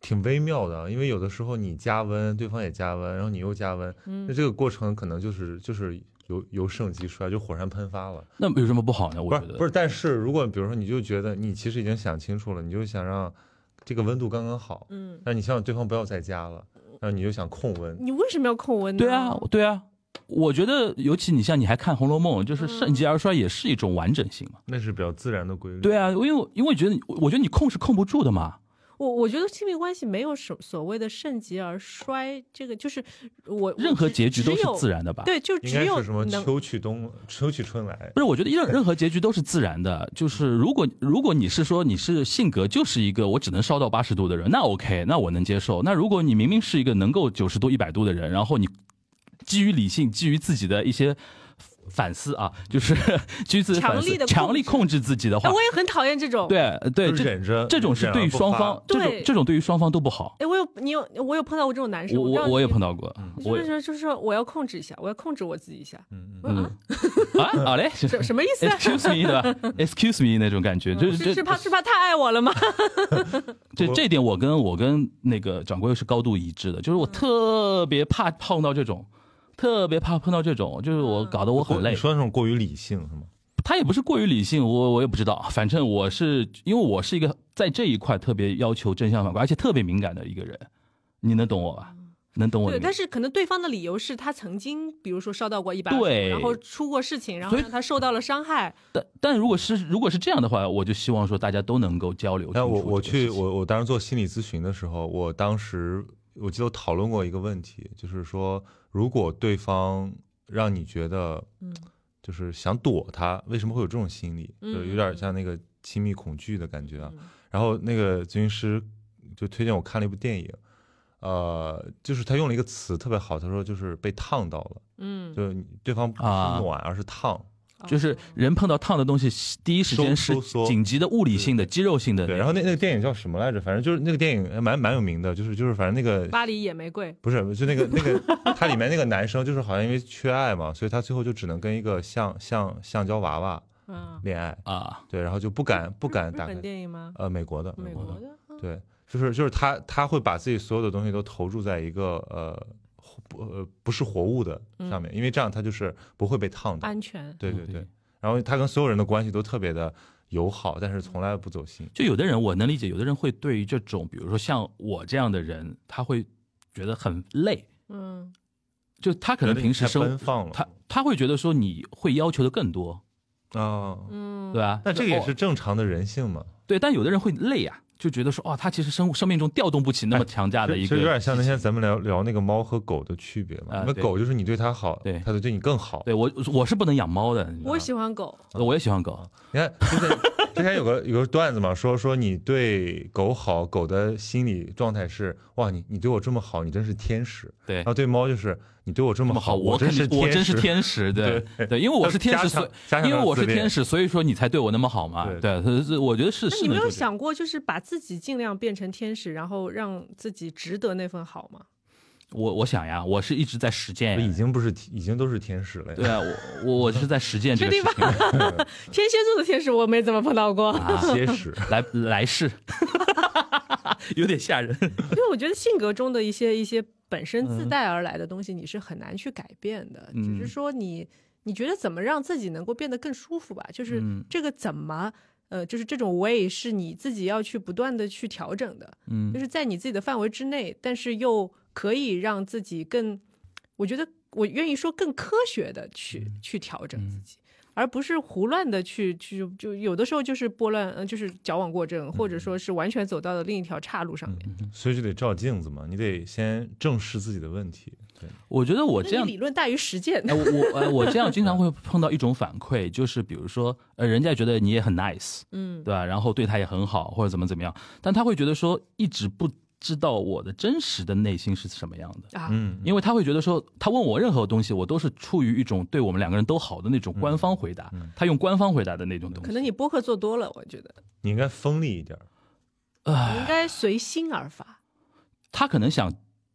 挺微妙的，因为有的时候你加温，对方也加温，然后你又加温，嗯那这个过程可能就是就是由由盛及衰，就火山喷发了。那有什么不好呢？我不觉是得不是，但是如果比如说你就觉得你其实已经想清楚了，你就想让这个温度刚刚好，嗯，那你希望对方不要再加了，然后你就想控温，你为什么要控温呢？对啊，对啊，我觉得尤其你像你还看《红楼梦》，就是盛极而衰也是一种完整性嘛。那是比较自然的规律。啊对啊，因为我因为我觉得你我觉得你控是控不住的嘛。我我觉得亲密关系没有所所谓的盛极而衰，这个就是我任何结局都是自然，然的吧？对，就应只该有是什么能秋去冬，秋去春来不。是，我觉得任任何结局都是自然的。就是如果如果你是说你是性格就是一个我只能烧到八十度的人，那 OK，那我能接受。那如果你明明是一个能够九十度、一百度的人，然后你基于理性、基于自己的一些反思啊，就是 基于自己的反强力思地控，制强力控制自己的哎，话，我也很讨厌这种。啊对呃对，就是这忍着这种是忍而对于不双发方，这种对这种对于双方都不好。哎，我有你有我有碰到过这种男生，我我我我也碰到过，到，我嗯就是说就是说我要控制一下，我要控制我自己一下，嗯嗯啊好嘞，什什什么意 思啊？嗯 Excuse me，对吧？Excuse me 那种感觉，就是是是这怕是怕太爱我了吗？这这一点，我跟我跟那个掌柜是高度一致的，就是我嗯特别怕碰到这种，特别怕碰到这种，就是我嗯搞得我很累你。说那种过于理性是吗？他也不是过于理性，我我也不知道，反正我是因为我是一个在这一块特别要求正向反馈，而且特别敏感的一个人，你能懂我吧？能懂我的嗯对，敏感但？是可能对方的理由是他曾经，比如说烧到过一百，对然后出过事情，然后所以让他受到了伤害。但但如果是如果是这样的话，我就希望说大家都能够交流清哎，楚这我个事情。我去我我当时做心理咨询的时候，我当时我记得我讨论过一个问题，就是说如果对方让你觉得， 嗯就是想躲他，为什么会有这种心理？就嗯有点像那个亲密恐惧的感觉啊。嗯然后那个咨询师就推荐我看了一部电影，呃，就是他用了一个词特别好，他说就是被烫到了，嗯，哦就是你对方不是啊暖，而是烫。就是人碰到烫的东西，第一时间是收收缩紧急的物理性的、肌肉性的那对，种。然后那那个电影叫什么来着？反正就是那个电影还呃蛮蛮有名的，就是就是反正那个巴黎野玫瑰，不是，就那个那个，它里面那个男生就是好像因为缺爱嘛，所以他最后就只能跟一个橡橡橡胶娃娃嗯，恋爱，啊，对，然后就不敢不敢日打开本，电影吗？呃，美国的，美国国的，的，嗯对，就是就是他他会把自己所有的东西都投注在一个呃活不呃不是活物的上面，因为这样他就是不会被烫到，嗯安全。对对嗯对，然后他跟所有人的关系都特别的友好，但是从来不走心，就有的人我能理解，有的人会对于这种，比如说像我这样的人，他会觉得很累。嗯，就他可能平时太奔生，放了，他他会觉得说你会要求的更多，啊，嗯对吧？那这个也是哦正常的人性嘛。对，但有的人会累呀、就觉得说哦，他其实生生命中调动不起那么强大的一哎其个，实有点像那天咱们聊聊那个猫和狗的区别嘛啊。那对狗就是你对它好，对它就对你更好。对我我是不能养猫的，你知道我吗喜欢狗，我也喜欢狗，你看之前之前有个有个段子嘛，说说你对狗好，狗的心理状态是哇，你你对我这么好，你真是天使。对然后对猫就是你对我这那么么好，我肯真定是我真是使。天 使，对对，因为我是天加强使，所以加强因为我是自恋天使，所以说你才对我那么好嘛，对对，所以所以我觉得是那是你能没有做这个想过，就是把自己尽量变成天使，然后让自己值得那份好嗯吗？我我想呀，我是一直在实践呀，已经不是已经都是天使了呀。哎对啊，我我我是在实践这个确事定情天蝎座的天使我没怎么碰到过，啊，结实，来来 世，有点吓人。因为我觉得性格中的一些一些本身自带而来的东西，你是很难去改变的，只是嗯说你你觉得怎么让自己能够变得更舒服吧？就是嗯这个怎么。呃，就是这种 way 是你自己要去不断的去调整的，嗯就是在你自己的范围之内，但是又可以让自己更，我觉得我愿意说更科学的去、嗯去调整自己，而不是胡乱的去去就有的时候就是拨乱，呃，就是矫枉过正，嗯或者说是完全走到了另一条岔路上面。所以就得照镜子嘛，你得先正视自己的问题。对，我觉得我那这样你，理论大于实践哎，，我我哎我这样经常会碰到一种反馈，就是比如说，呃，人家觉得你也很 nice， 嗯，对吧？然后对他也很好，或者怎么怎么样，但他会觉得说一直不知道我的真实的内心是什么样的。啊，嗯，因为他会觉得说，他问我任何东西，我都是出于一种对我们两个人都好的那种官方回答，他用官方回答的那种东嗯可西。能你播客做多了，我觉得你应该锋利一点儿。哎你应该随心而发。他可能想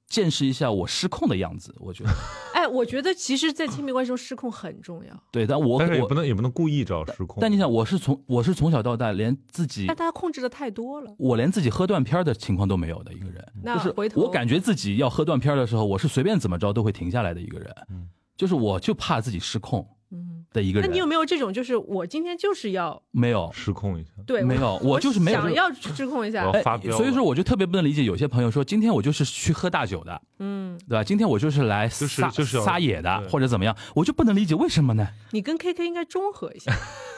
见识一下我失控的样子，我觉得 哎，我觉得其实，在亲密关系中失控很重要，对，但我但是也我不能也不能故意找失控。但你想，我是从我是从小到大连自己但大家控制的太多了。我连自己喝断片儿的情况都没有的一个人，那就是啊回头我感觉自己要喝断片儿的时候，我是随便怎么着都会停下来的一个人，嗯就是我就怕自己失控的一个嗯那人。你有没有这种，就是我今天就是要没有？失控一下，对没我有我就是没有想这要失控一下我要，哎发飙，了所以说我就特别不能理解有些朋友说，今天我就是去喝大酒的，嗯，对吧？今天我就是来撒、就是就是要撒野的对，或者怎么样，我就不能理解为什么呢？你跟 KK 应该中和一下，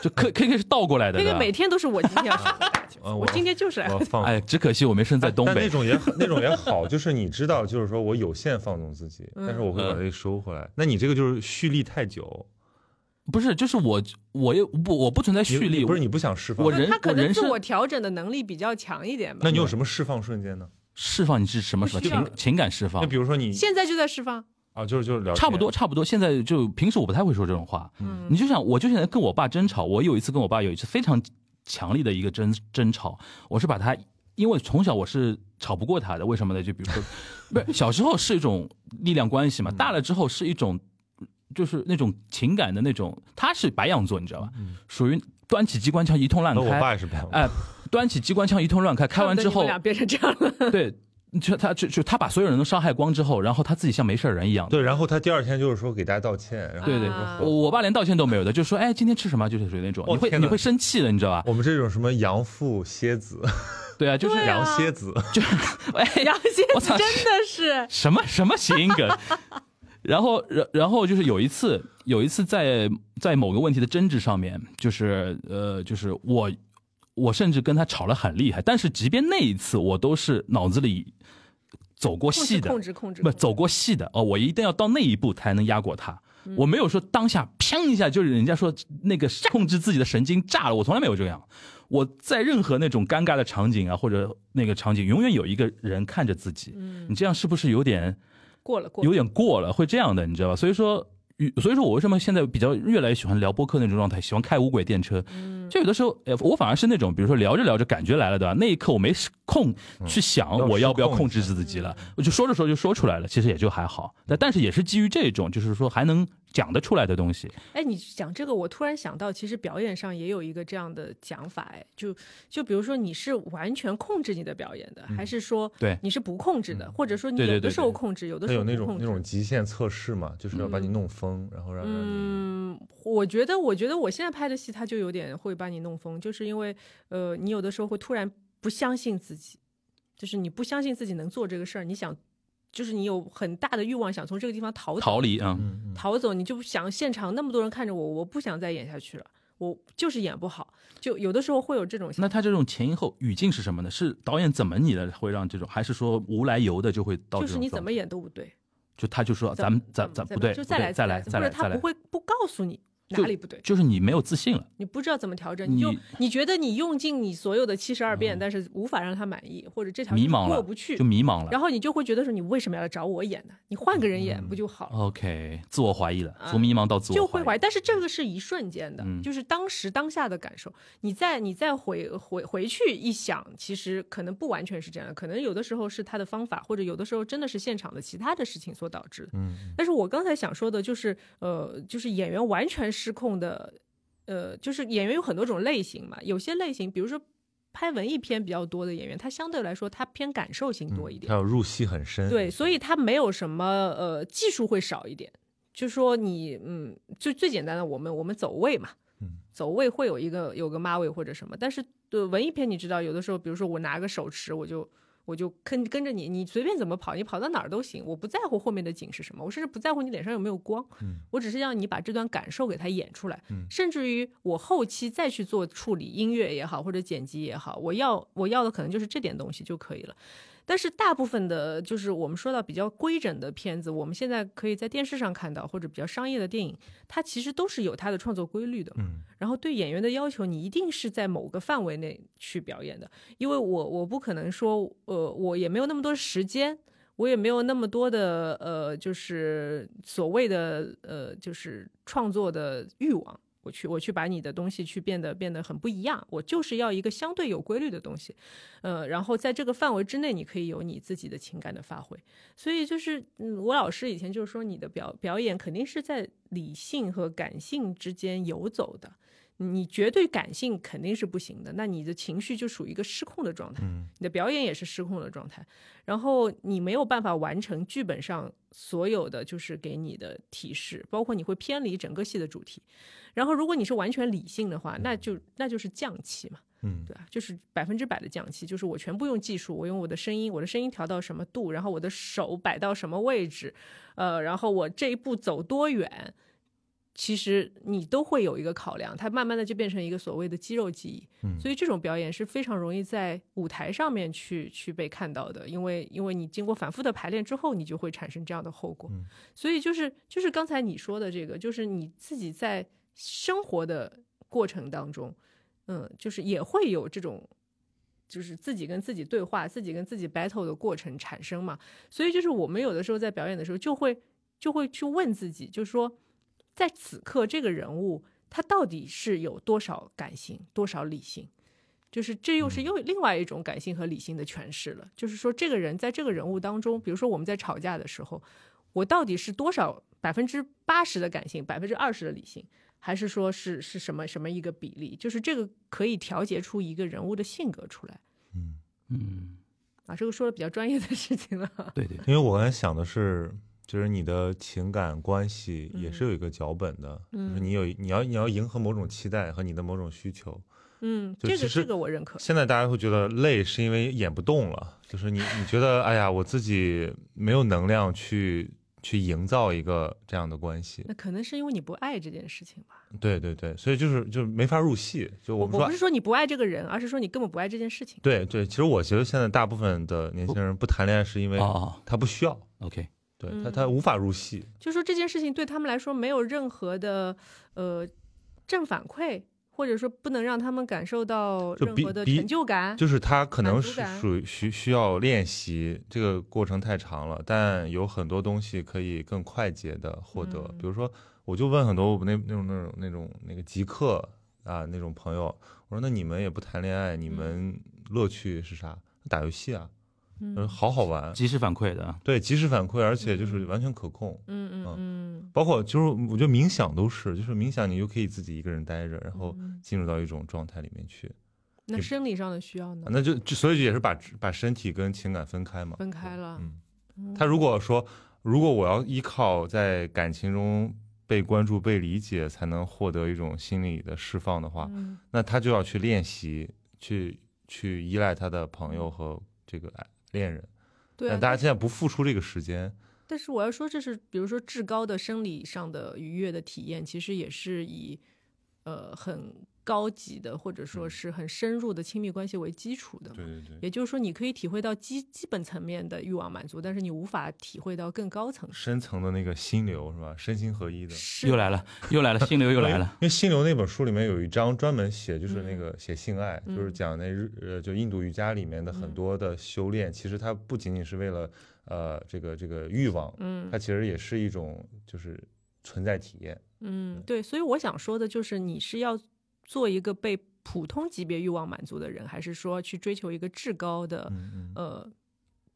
就 K K K 是倒过来的，那对个吧每天都是我今天要上 打球，嗯我我今天就是我放哎，只可惜我没身在东嗯但那北。种也很那种也好，就是你知道，就是说我有限放纵自己，嗯但是我会把它给收回来。那你这个就是蓄力太久，不是，就是我，我也不，我不存在你蓄力，你不是你不想释放我，那人他可我能人自生我调整的能力比较强一点吧嗯那。你有什么释放瞬间呢？释放你是什么什么不需要情情感释那放比，如说你现在就在释放，啊，就是就是聊天差不多，差不多。现在就平时我不太会说这种话，嗯你就想，我就现在跟我爸争吵，我有一次跟我爸有一次非常强烈的一个争争吵，我是把他，因为从小我是吵不过他的，为什么呢？就比如说，不是小时候是一种力量关系嘛，嗯大了之后是一种。就是那种情感的那种，他是白羊座，你知道吧？属于端起机关枪一通乱嗯那我爸开，也是白羊，哎，端起机关枪一通乱开，开完之恨不得你后们，俩变成这样 了，对，就他就就他把所有人都伤害光之后，然后他自己像没事儿人一样，对，然后他第二天就是说给大家道歉，然后对对啊我我爸连道歉都没有的，就说哎今天吃什么，就是属于那种，哦你会天哪你会生气的，你知道吧？我们这种什么羊父蝎子、对啊，就是对啊羊蝎子，哎然后现我在操真的是什么什么谐音梗。 然后，然然后就是有一次，有一次在在某个问题的争执上面，就是呃，就是我我甚至跟他吵了很厉害，但是即便那一次，我都是脑子里走过控戏制的，控制控制，不走过戏的哦，我一定要到那一步才能压过他。嗯我没有说当下砰一下，就是人家说那个控制自己的神经炸了，我从来没有这样。我在任何那种尴尬的场景啊，或者那个场景，永远有一个人看着自己，嗯你这样是不是有点过了过了有。点过了？会这样的，你知道吧？所以说。与所以说我为什么现在比较越来越喜欢聊播客那种状态，喜欢开无轨电车，嗯就有的时候，哎，我反而是那种，比如说聊着聊着感觉来了，对吧？啊那一刻我没空去想要我要不要失控控制自己了，我就说着说着就说出来了，其实也就还好。但但是也是基于这种，就是说还能讲得出来的东西，哎，你讲这个，我突然想到，其实表演上也有一个这样的讲法，哎，就就比如说你是完全控制你的表演的，还是说嗯对嗯你是不控制的，或者说你对对有的对时候对控制，有的他时候有那不种控那制种极限测试嘛，就是要把你弄疯，然后让让你嗯，我觉得，我觉得我现在拍的戏，它就有点会把你弄疯，就是因为，呃，你有的时候会突然不相信自己，就是你不相信自己能做这个事儿，你想，就是你有很大的欲望想从这个地方逃走逃离啊、嗯嗯嗯，逃走，你就想现场那么多人看着我，我不想再演下去了，我就是演不好，就有的时候会有这种想那他这种前因后语境是什么呢？是导演怎么你的会让这种，还是说无来由的就会到这种状就态？是你怎么演都不对，就他就说怎咱们么咱怎咱么不对，就不再对来再来再或者来他再不来，会不告诉你哪就里不对。就是你没有自信了。你不知道怎么调整，你就你嗯你觉得你用尽你所有的七十二变，但是无法让他满意，或者这条路迷茫了，过不去就，迷茫了。嗯然后你就会觉得说你为什么要找我演呢？你换个人演不就好了？ OK，自我怀疑了，啊从迷茫到自就我会怀怀疑。疑，但是这个是一瞬间的，嗯就是当时当下的感受。你再你再回回回去一想，其实可能不完全是这样的，可能有的时候是他的方法，或者有的时候真的是现场的其他的事情所导致的。嗯，但是我刚才想说的就是，呃，就是演员完全失控的，呃，就是演员有很多种类型嘛，有些类型，比如说拍文艺片比较多的演员，他相对来说他偏感受型多一点嗯他，要入戏很深，对，所以它没有什么呃技术会少一点，就说你嗯，最最简单的我们我们走位嘛，嗯，走位会有一个有个妈位或者什么，但是对文艺片你知道，有的时候比如说我拿个手持我就。我就跟跟着你，你随便怎么跑，你跑到哪儿都行，我不在乎后面的景是什么，我甚至不在乎你脸上有没有光，嗯我只是让你把这段感受给它演出来，嗯甚至于我后期再去做处理，音乐也好或者剪辑也好，我要我要的可能就是这点东西就可以了。但是大部分的，就是我们说到比较规整的片子，我们现在可以在电视上看到，或者比较商业的电影，它其实都是有它的创作规律的。嗯，然后对演员的要求，你一定是在某个范围内去表演的，因为我我不可能说，呃，我也没有那么多时间，我也没有那么多的呃，就是所谓的呃，就是创作的欲望。我去，我去把你的东西去变得变得很不一样，我就是要一个相对有规律的东西，呃，然后在这个范围之内，你可以有你自己的情感的发挥。所以就是，嗯，我老师以前就是说，你的表表演肯定是在理性和感性之间游走的。你绝对感性肯定是不行的，那你的情绪就属于一个失控的状态，嗯你的表演也是失控的状态，然后你没有办法完成剧本上所有的就是给你的提示，包括你会偏离整个戏的主题。然后如果你是完全理性的话，那就那就是降气嘛，嗯对吧？就是百分之百的降气，就是我全部用技术，我用我的声音，我的声音调到什么度，然后我的手摆到什么位置，呃，然后我这一步走多远，其实你都会有一个考量，它慢慢的就变成一个所谓的肌肉记忆。嗯所以这种表演是非常容易在舞台上面去去被看到的，因为因为你经过反复的排练之后，你就会产生这样的后果。嗯所以就是就是刚才你说的这个，就是你自己在生活的过程当中，嗯，就是也会有这种。就是自己跟自己对话、自己跟自己 battle 的过程产生嘛，所以就是我们有的时候在表演的时候，就会就会去问自己，就是说，在此刻这个人物他到底是有多少感性、多少理性，就是这又是又另外一种感性和理性的诠释了。就是说，这个人在这个人物当中，比如说我们在吵架的时候，我到底是多少百分之八十的感性，百分之二十的理性，还是说是是什么什么一个比例？就是这个可以调节出一个人物的性格出来嗯，嗯，啊。这个说的比较专业的事情了。 对对对，因为我刚才想的是，就是你的情感关系也是嗯有一个脚本的，就是嗯你有你要你要迎合某种期待和你的某种需求。嗯，就这其个实这个我认可。现在大家会觉得累，是因为演不动了，就是你你觉得哎呀，我自己没有能量去去营造一个这样的关系。那可能是因为你不爱这件事情吧。对对对，所以就是就是没法入戏。就我嗯们我不说是说你不爱这个人，而是说你根本不爱这件事情。对对，其实我觉得现在大部分的年轻人不谈恋爱是因为哦哦他不需要， ，OK，对嗯他他无法入戏。就说这件事情对他们来说没有任何的呃正反馈，或者说不能让他们感受到就任比何的比成就感。就是他可能啊满足是感属于需需要练习，这个过程太长了，但有很多东西可以更快捷的获得。嗯比如说，我就问很多我们那那种那种那种那个极客啊那种朋友，我说那你们也不谈恋爱，嗯你们乐趣是啥？打游戏啊，嗯，嗯好好玩，及时反馈的，啊对，及时反馈，而且就是完全可控。嗯嗯嗯，包括就是我觉得冥想都是，就是冥想你就可以自己一个人待着，然后嗯进入到一种状态里面去。那也生理上的需要呢？啊那就就所以也是把把身体跟情感分开嘛。分开了。嗯，他如果说，如果我要依靠在感情中被关注、被理解，才能获得一种心理的释放的话，嗯那他就要去练习，去去依赖他的朋友和这个爱恋人。对啊但，大家现在不付出这个时间，但是我要说，这是比如说至高的生理上的愉悦的体验，其实也是以呃很高级的或者说是很深入的亲密关系为基础的嘛。对对对，也就是说，你可以体会到基基本层面的欲望满足，但是你无法体会到更高层次。深层的那个心流是吧？身心合一的。是又来了，又来了，心流又来 了。因为《心流》那本书里面有一章专门写，就是那嗯个写性爱，嗯就是讲那日呃，就印度瑜伽里面的很嗯多的修炼，其实它不仅仅是为了呃这个这个欲望，嗯它其实也是一种就是存在体验。嗯，对，所以我想说的就是，你是要做一个被普通级别欲望满足的人，还是说去追求一个至高的、嗯嗯，呃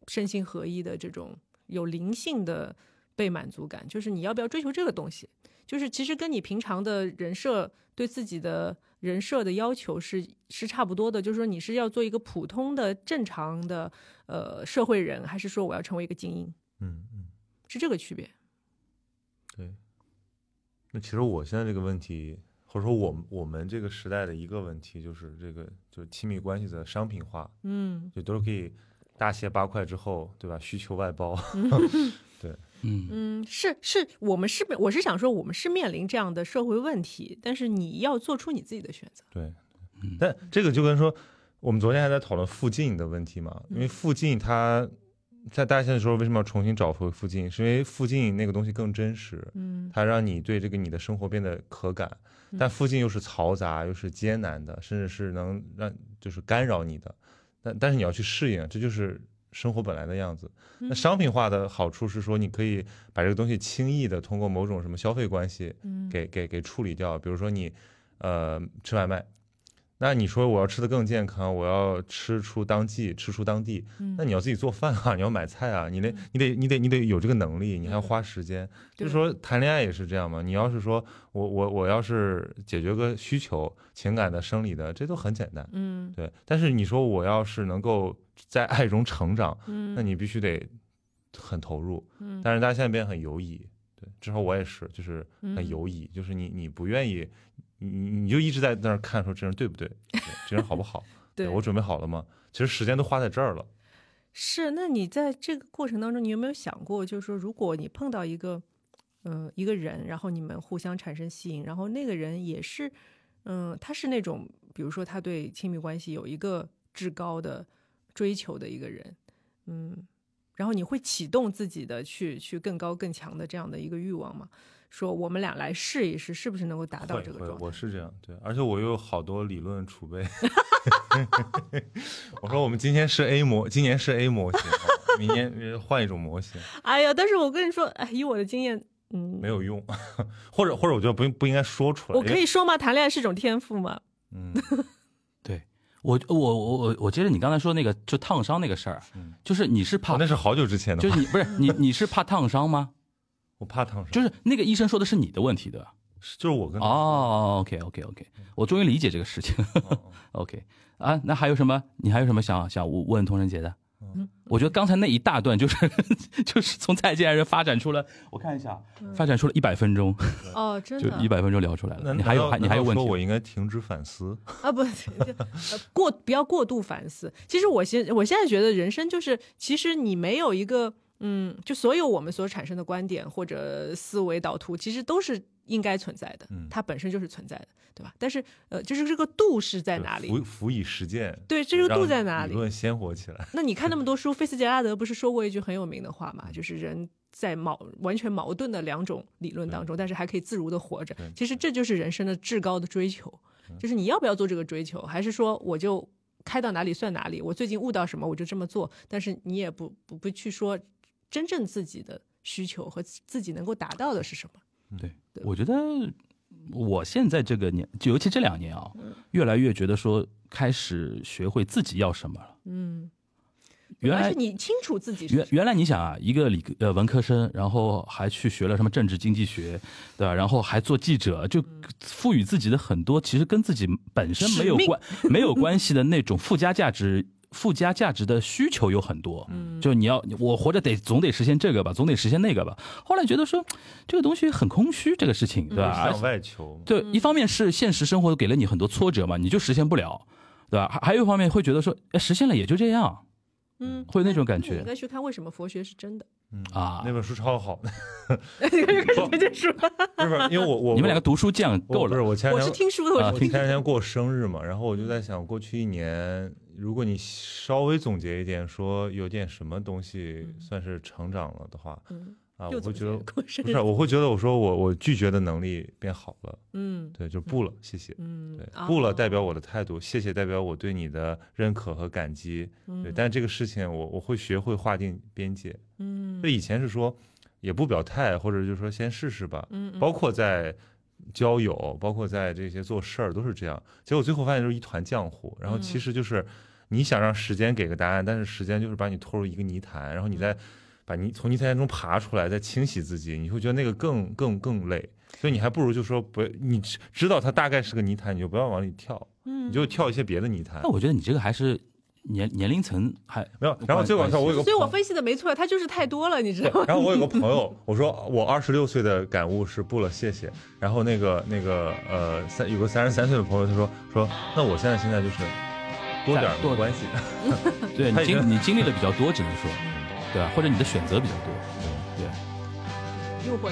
身心合一的这种有灵性的被满足感？就是你要不要追求这个东西？就是其实跟你平常的人设对自己的人设的要求是是差不多的，就是说你是要做一个普通的正常的呃社会人，还是说我要成为一个精英？嗯嗯，是这个区别。对。那其实我现在这个问题，或者说我们我们这个时代的一个问题，就是这个就是亲密关系的商品化，嗯就都是可以大卸八块之后，对吧？需求外包。嗯，嗯，是是，我们是我是想说，我们是面临这样的社会问题，但是你要做出你自己的选择。对嗯，但这个就跟说，我们昨天还在讨论附近的问题嘛，因为附近它在大家现在说为什么要重新找回附近，是因为附近那个东西更真实，嗯它让你对这个你的生活变得可感，但附近又是嘈杂，又是艰难的，甚至是能让就是干扰你的，但但是你要去适应，这就是。生活本来的样子，嗯那商品化的好处是说，你可以把这个东西轻易的通过某种什么消费关系，嗯给给给处理掉。比如说你，呃，吃外卖，那你说我要吃的更健康，我要吃出当季，吃出当嗯地，那你要自己做饭啊，你要买菜啊，你得你得你得你得有这个能力，你嗯还要花时间。就是说谈恋爱也是这样嘛，你要是说我我我要是解决个需求，情感的、生理的，这都很简单。嗯对，但是你说我要是能够在爱中成长，嗯那你必须得很投入。嗯但是大家现在变得很犹疑，对，之后我也是，就是很嗯犹疑，就是你你不愿意，你你你就一直在那儿看说这人对不对，对这人好不 好，对我准备好了吗？其实时间都花在这儿了，是，那你在这个过程当中，你有没有想过，就是说，如果你碰到一个呃一个人，然后你们互相产生吸引，然后那个人也是，嗯、他是那种比如说他对亲密关系有一个至高的追求的一个人，嗯，然后你会启动自己的去去更高更强的这样的一个欲望嘛？说我们俩来试一试，是不是能够达到会这个会状态？我是这样，对，而且我有好多理论储 备。我说我们今天是 A 模，今年是 A 模型，明年呃换一种模型哎呀，但是我跟你说，哎，以我的经验，嗯没，有用， 或者或者我觉得不不应该说出来。哎我可以，说吗？谈恋爱是种天赋吗？嗯，对我我我我我接着你刚才说那个就烫伤那个事儿啊嗯，就是你是怕哦那是好久之前的就话，是你不是你你是怕烫伤吗？我怕烫伤，就是那个医生说的是你的问题对吧？是就是我跟他哦，OK OK OK，我嗯终于理解这个事情。说的 OK 啊，那还有什么？你还有什么想想问童晨姐的？嗯我觉得刚才那一大段就是 就是从再见爱人发展出了，我看一下，发展出了一百分钟，哦，嗯真就一百分钟聊出来那了。你还有还你还有问说我题？应该停止反思，啊，不， 就呃过不要过度反思。其实我现我现在觉得人生就是，其实你没有一个嗯，就所有我们所产生的观点或者思维导图，其实都是应该存在的嗯，它本身就是存在的，对吧？但是呃，就是这个度是在对哪里？辅辅以实践， 对，这个让度在哪里理？论鲜活起来，那你看那么多书，菲茨杰拉德不是说过一句很有名的话嘛，就是人在矛完全矛盾的两种理论当中，但是还可以自如的活着对。其实这就是人生的至高的追求，就是你要不要做这个追求，还是说我就开到哪里算哪里，我最近悟到什么我就这么做，但是你也不不不去说真正自己的需求和自己能够达到的是什么。对，我觉得我现在这个年，就尤其这两年啊，嗯越来越觉得说开始学会自己要什么了。嗯，原而来且你清楚自己是原什么原来你想啊，一个理科呃文科生，然后还去学了什么政治经济学，对吧？然后还做记者，就赋予自己的很多其实跟自己本身没有使命关没有关系的那种附加价值。附加价值的需求有很多，嗯就你要我活着得总得实现这个吧，总得实现那个吧。后来觉得说这个东西很空虚，这个事情对吧？嗯而且向外求，啊对，一方面是现实生活给了你很多挫折嘛，你就实现不了，对吧？还还有一方面会觉得说，哎，实现了也就这样嗯，会有那种感觉你应该去看为什么佛学是真的。 啊那。本书超好， 我就说，不是不是，因为我我你们两个读书匠我够不是了，我前两我天是听书嗯的，我啊是我听前两天过生日嘛，然后我就在想，过去一年，如果你稍微总结一点，说有点什么东西算是成长了的话，嗯啊，又我总会结觉了得过生不日是，啊我会觉得我说我我拒绝的能力变好了，嗯对，就不了，谢谢。嗯，对，啊不了代表我的态度，谢谢代表我对你的认可和感激。对，但这个事情我我会学会划定边界。嗯就以前是说也不表态，或者就是说先试试吧。嗯嗯包括在交友，包括在这些做事儿都是这样。结果最后发现就是一团浆糊。然后嗯其实就是你想让时间给个答案，但是时间就是把你拖入一个泥潭，然后你再嗯把泥从泥潭中爬出来，再清洗自己，你会觉得那个更更更累。所以你还不如就说不，你知知道它大概是个泥潭，你就不要往里跳，嗯你就跳一些别的泥潭那。我觉得你这个还是年年龄层还没有，然后最搞笑，我有个所以我朋友分析的没错，他就是太多了，你知道对， 吗？然后我有个朋友，我说我二十六岁的感悟是不了，谢谢。然后那个那个呃，三有个三十三岁的朋友，他说说那我现在现在就是多点儿多没关系， 对他已你经经你经历的比较多，只能说，对啊吧？或者你的选择比较多，对，诱惑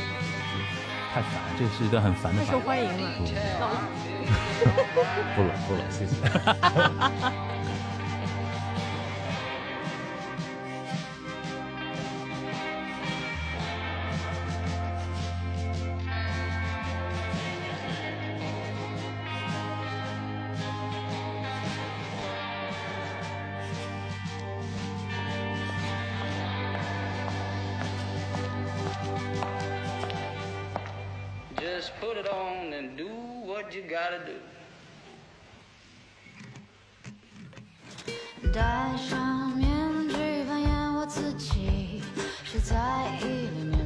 太烦，这是一段很烦的太烦受。欢迎了。那我不了不了，谢谢。 Just put it on and do what you gotta do. 戴上面具，扮演我自己，是在意里面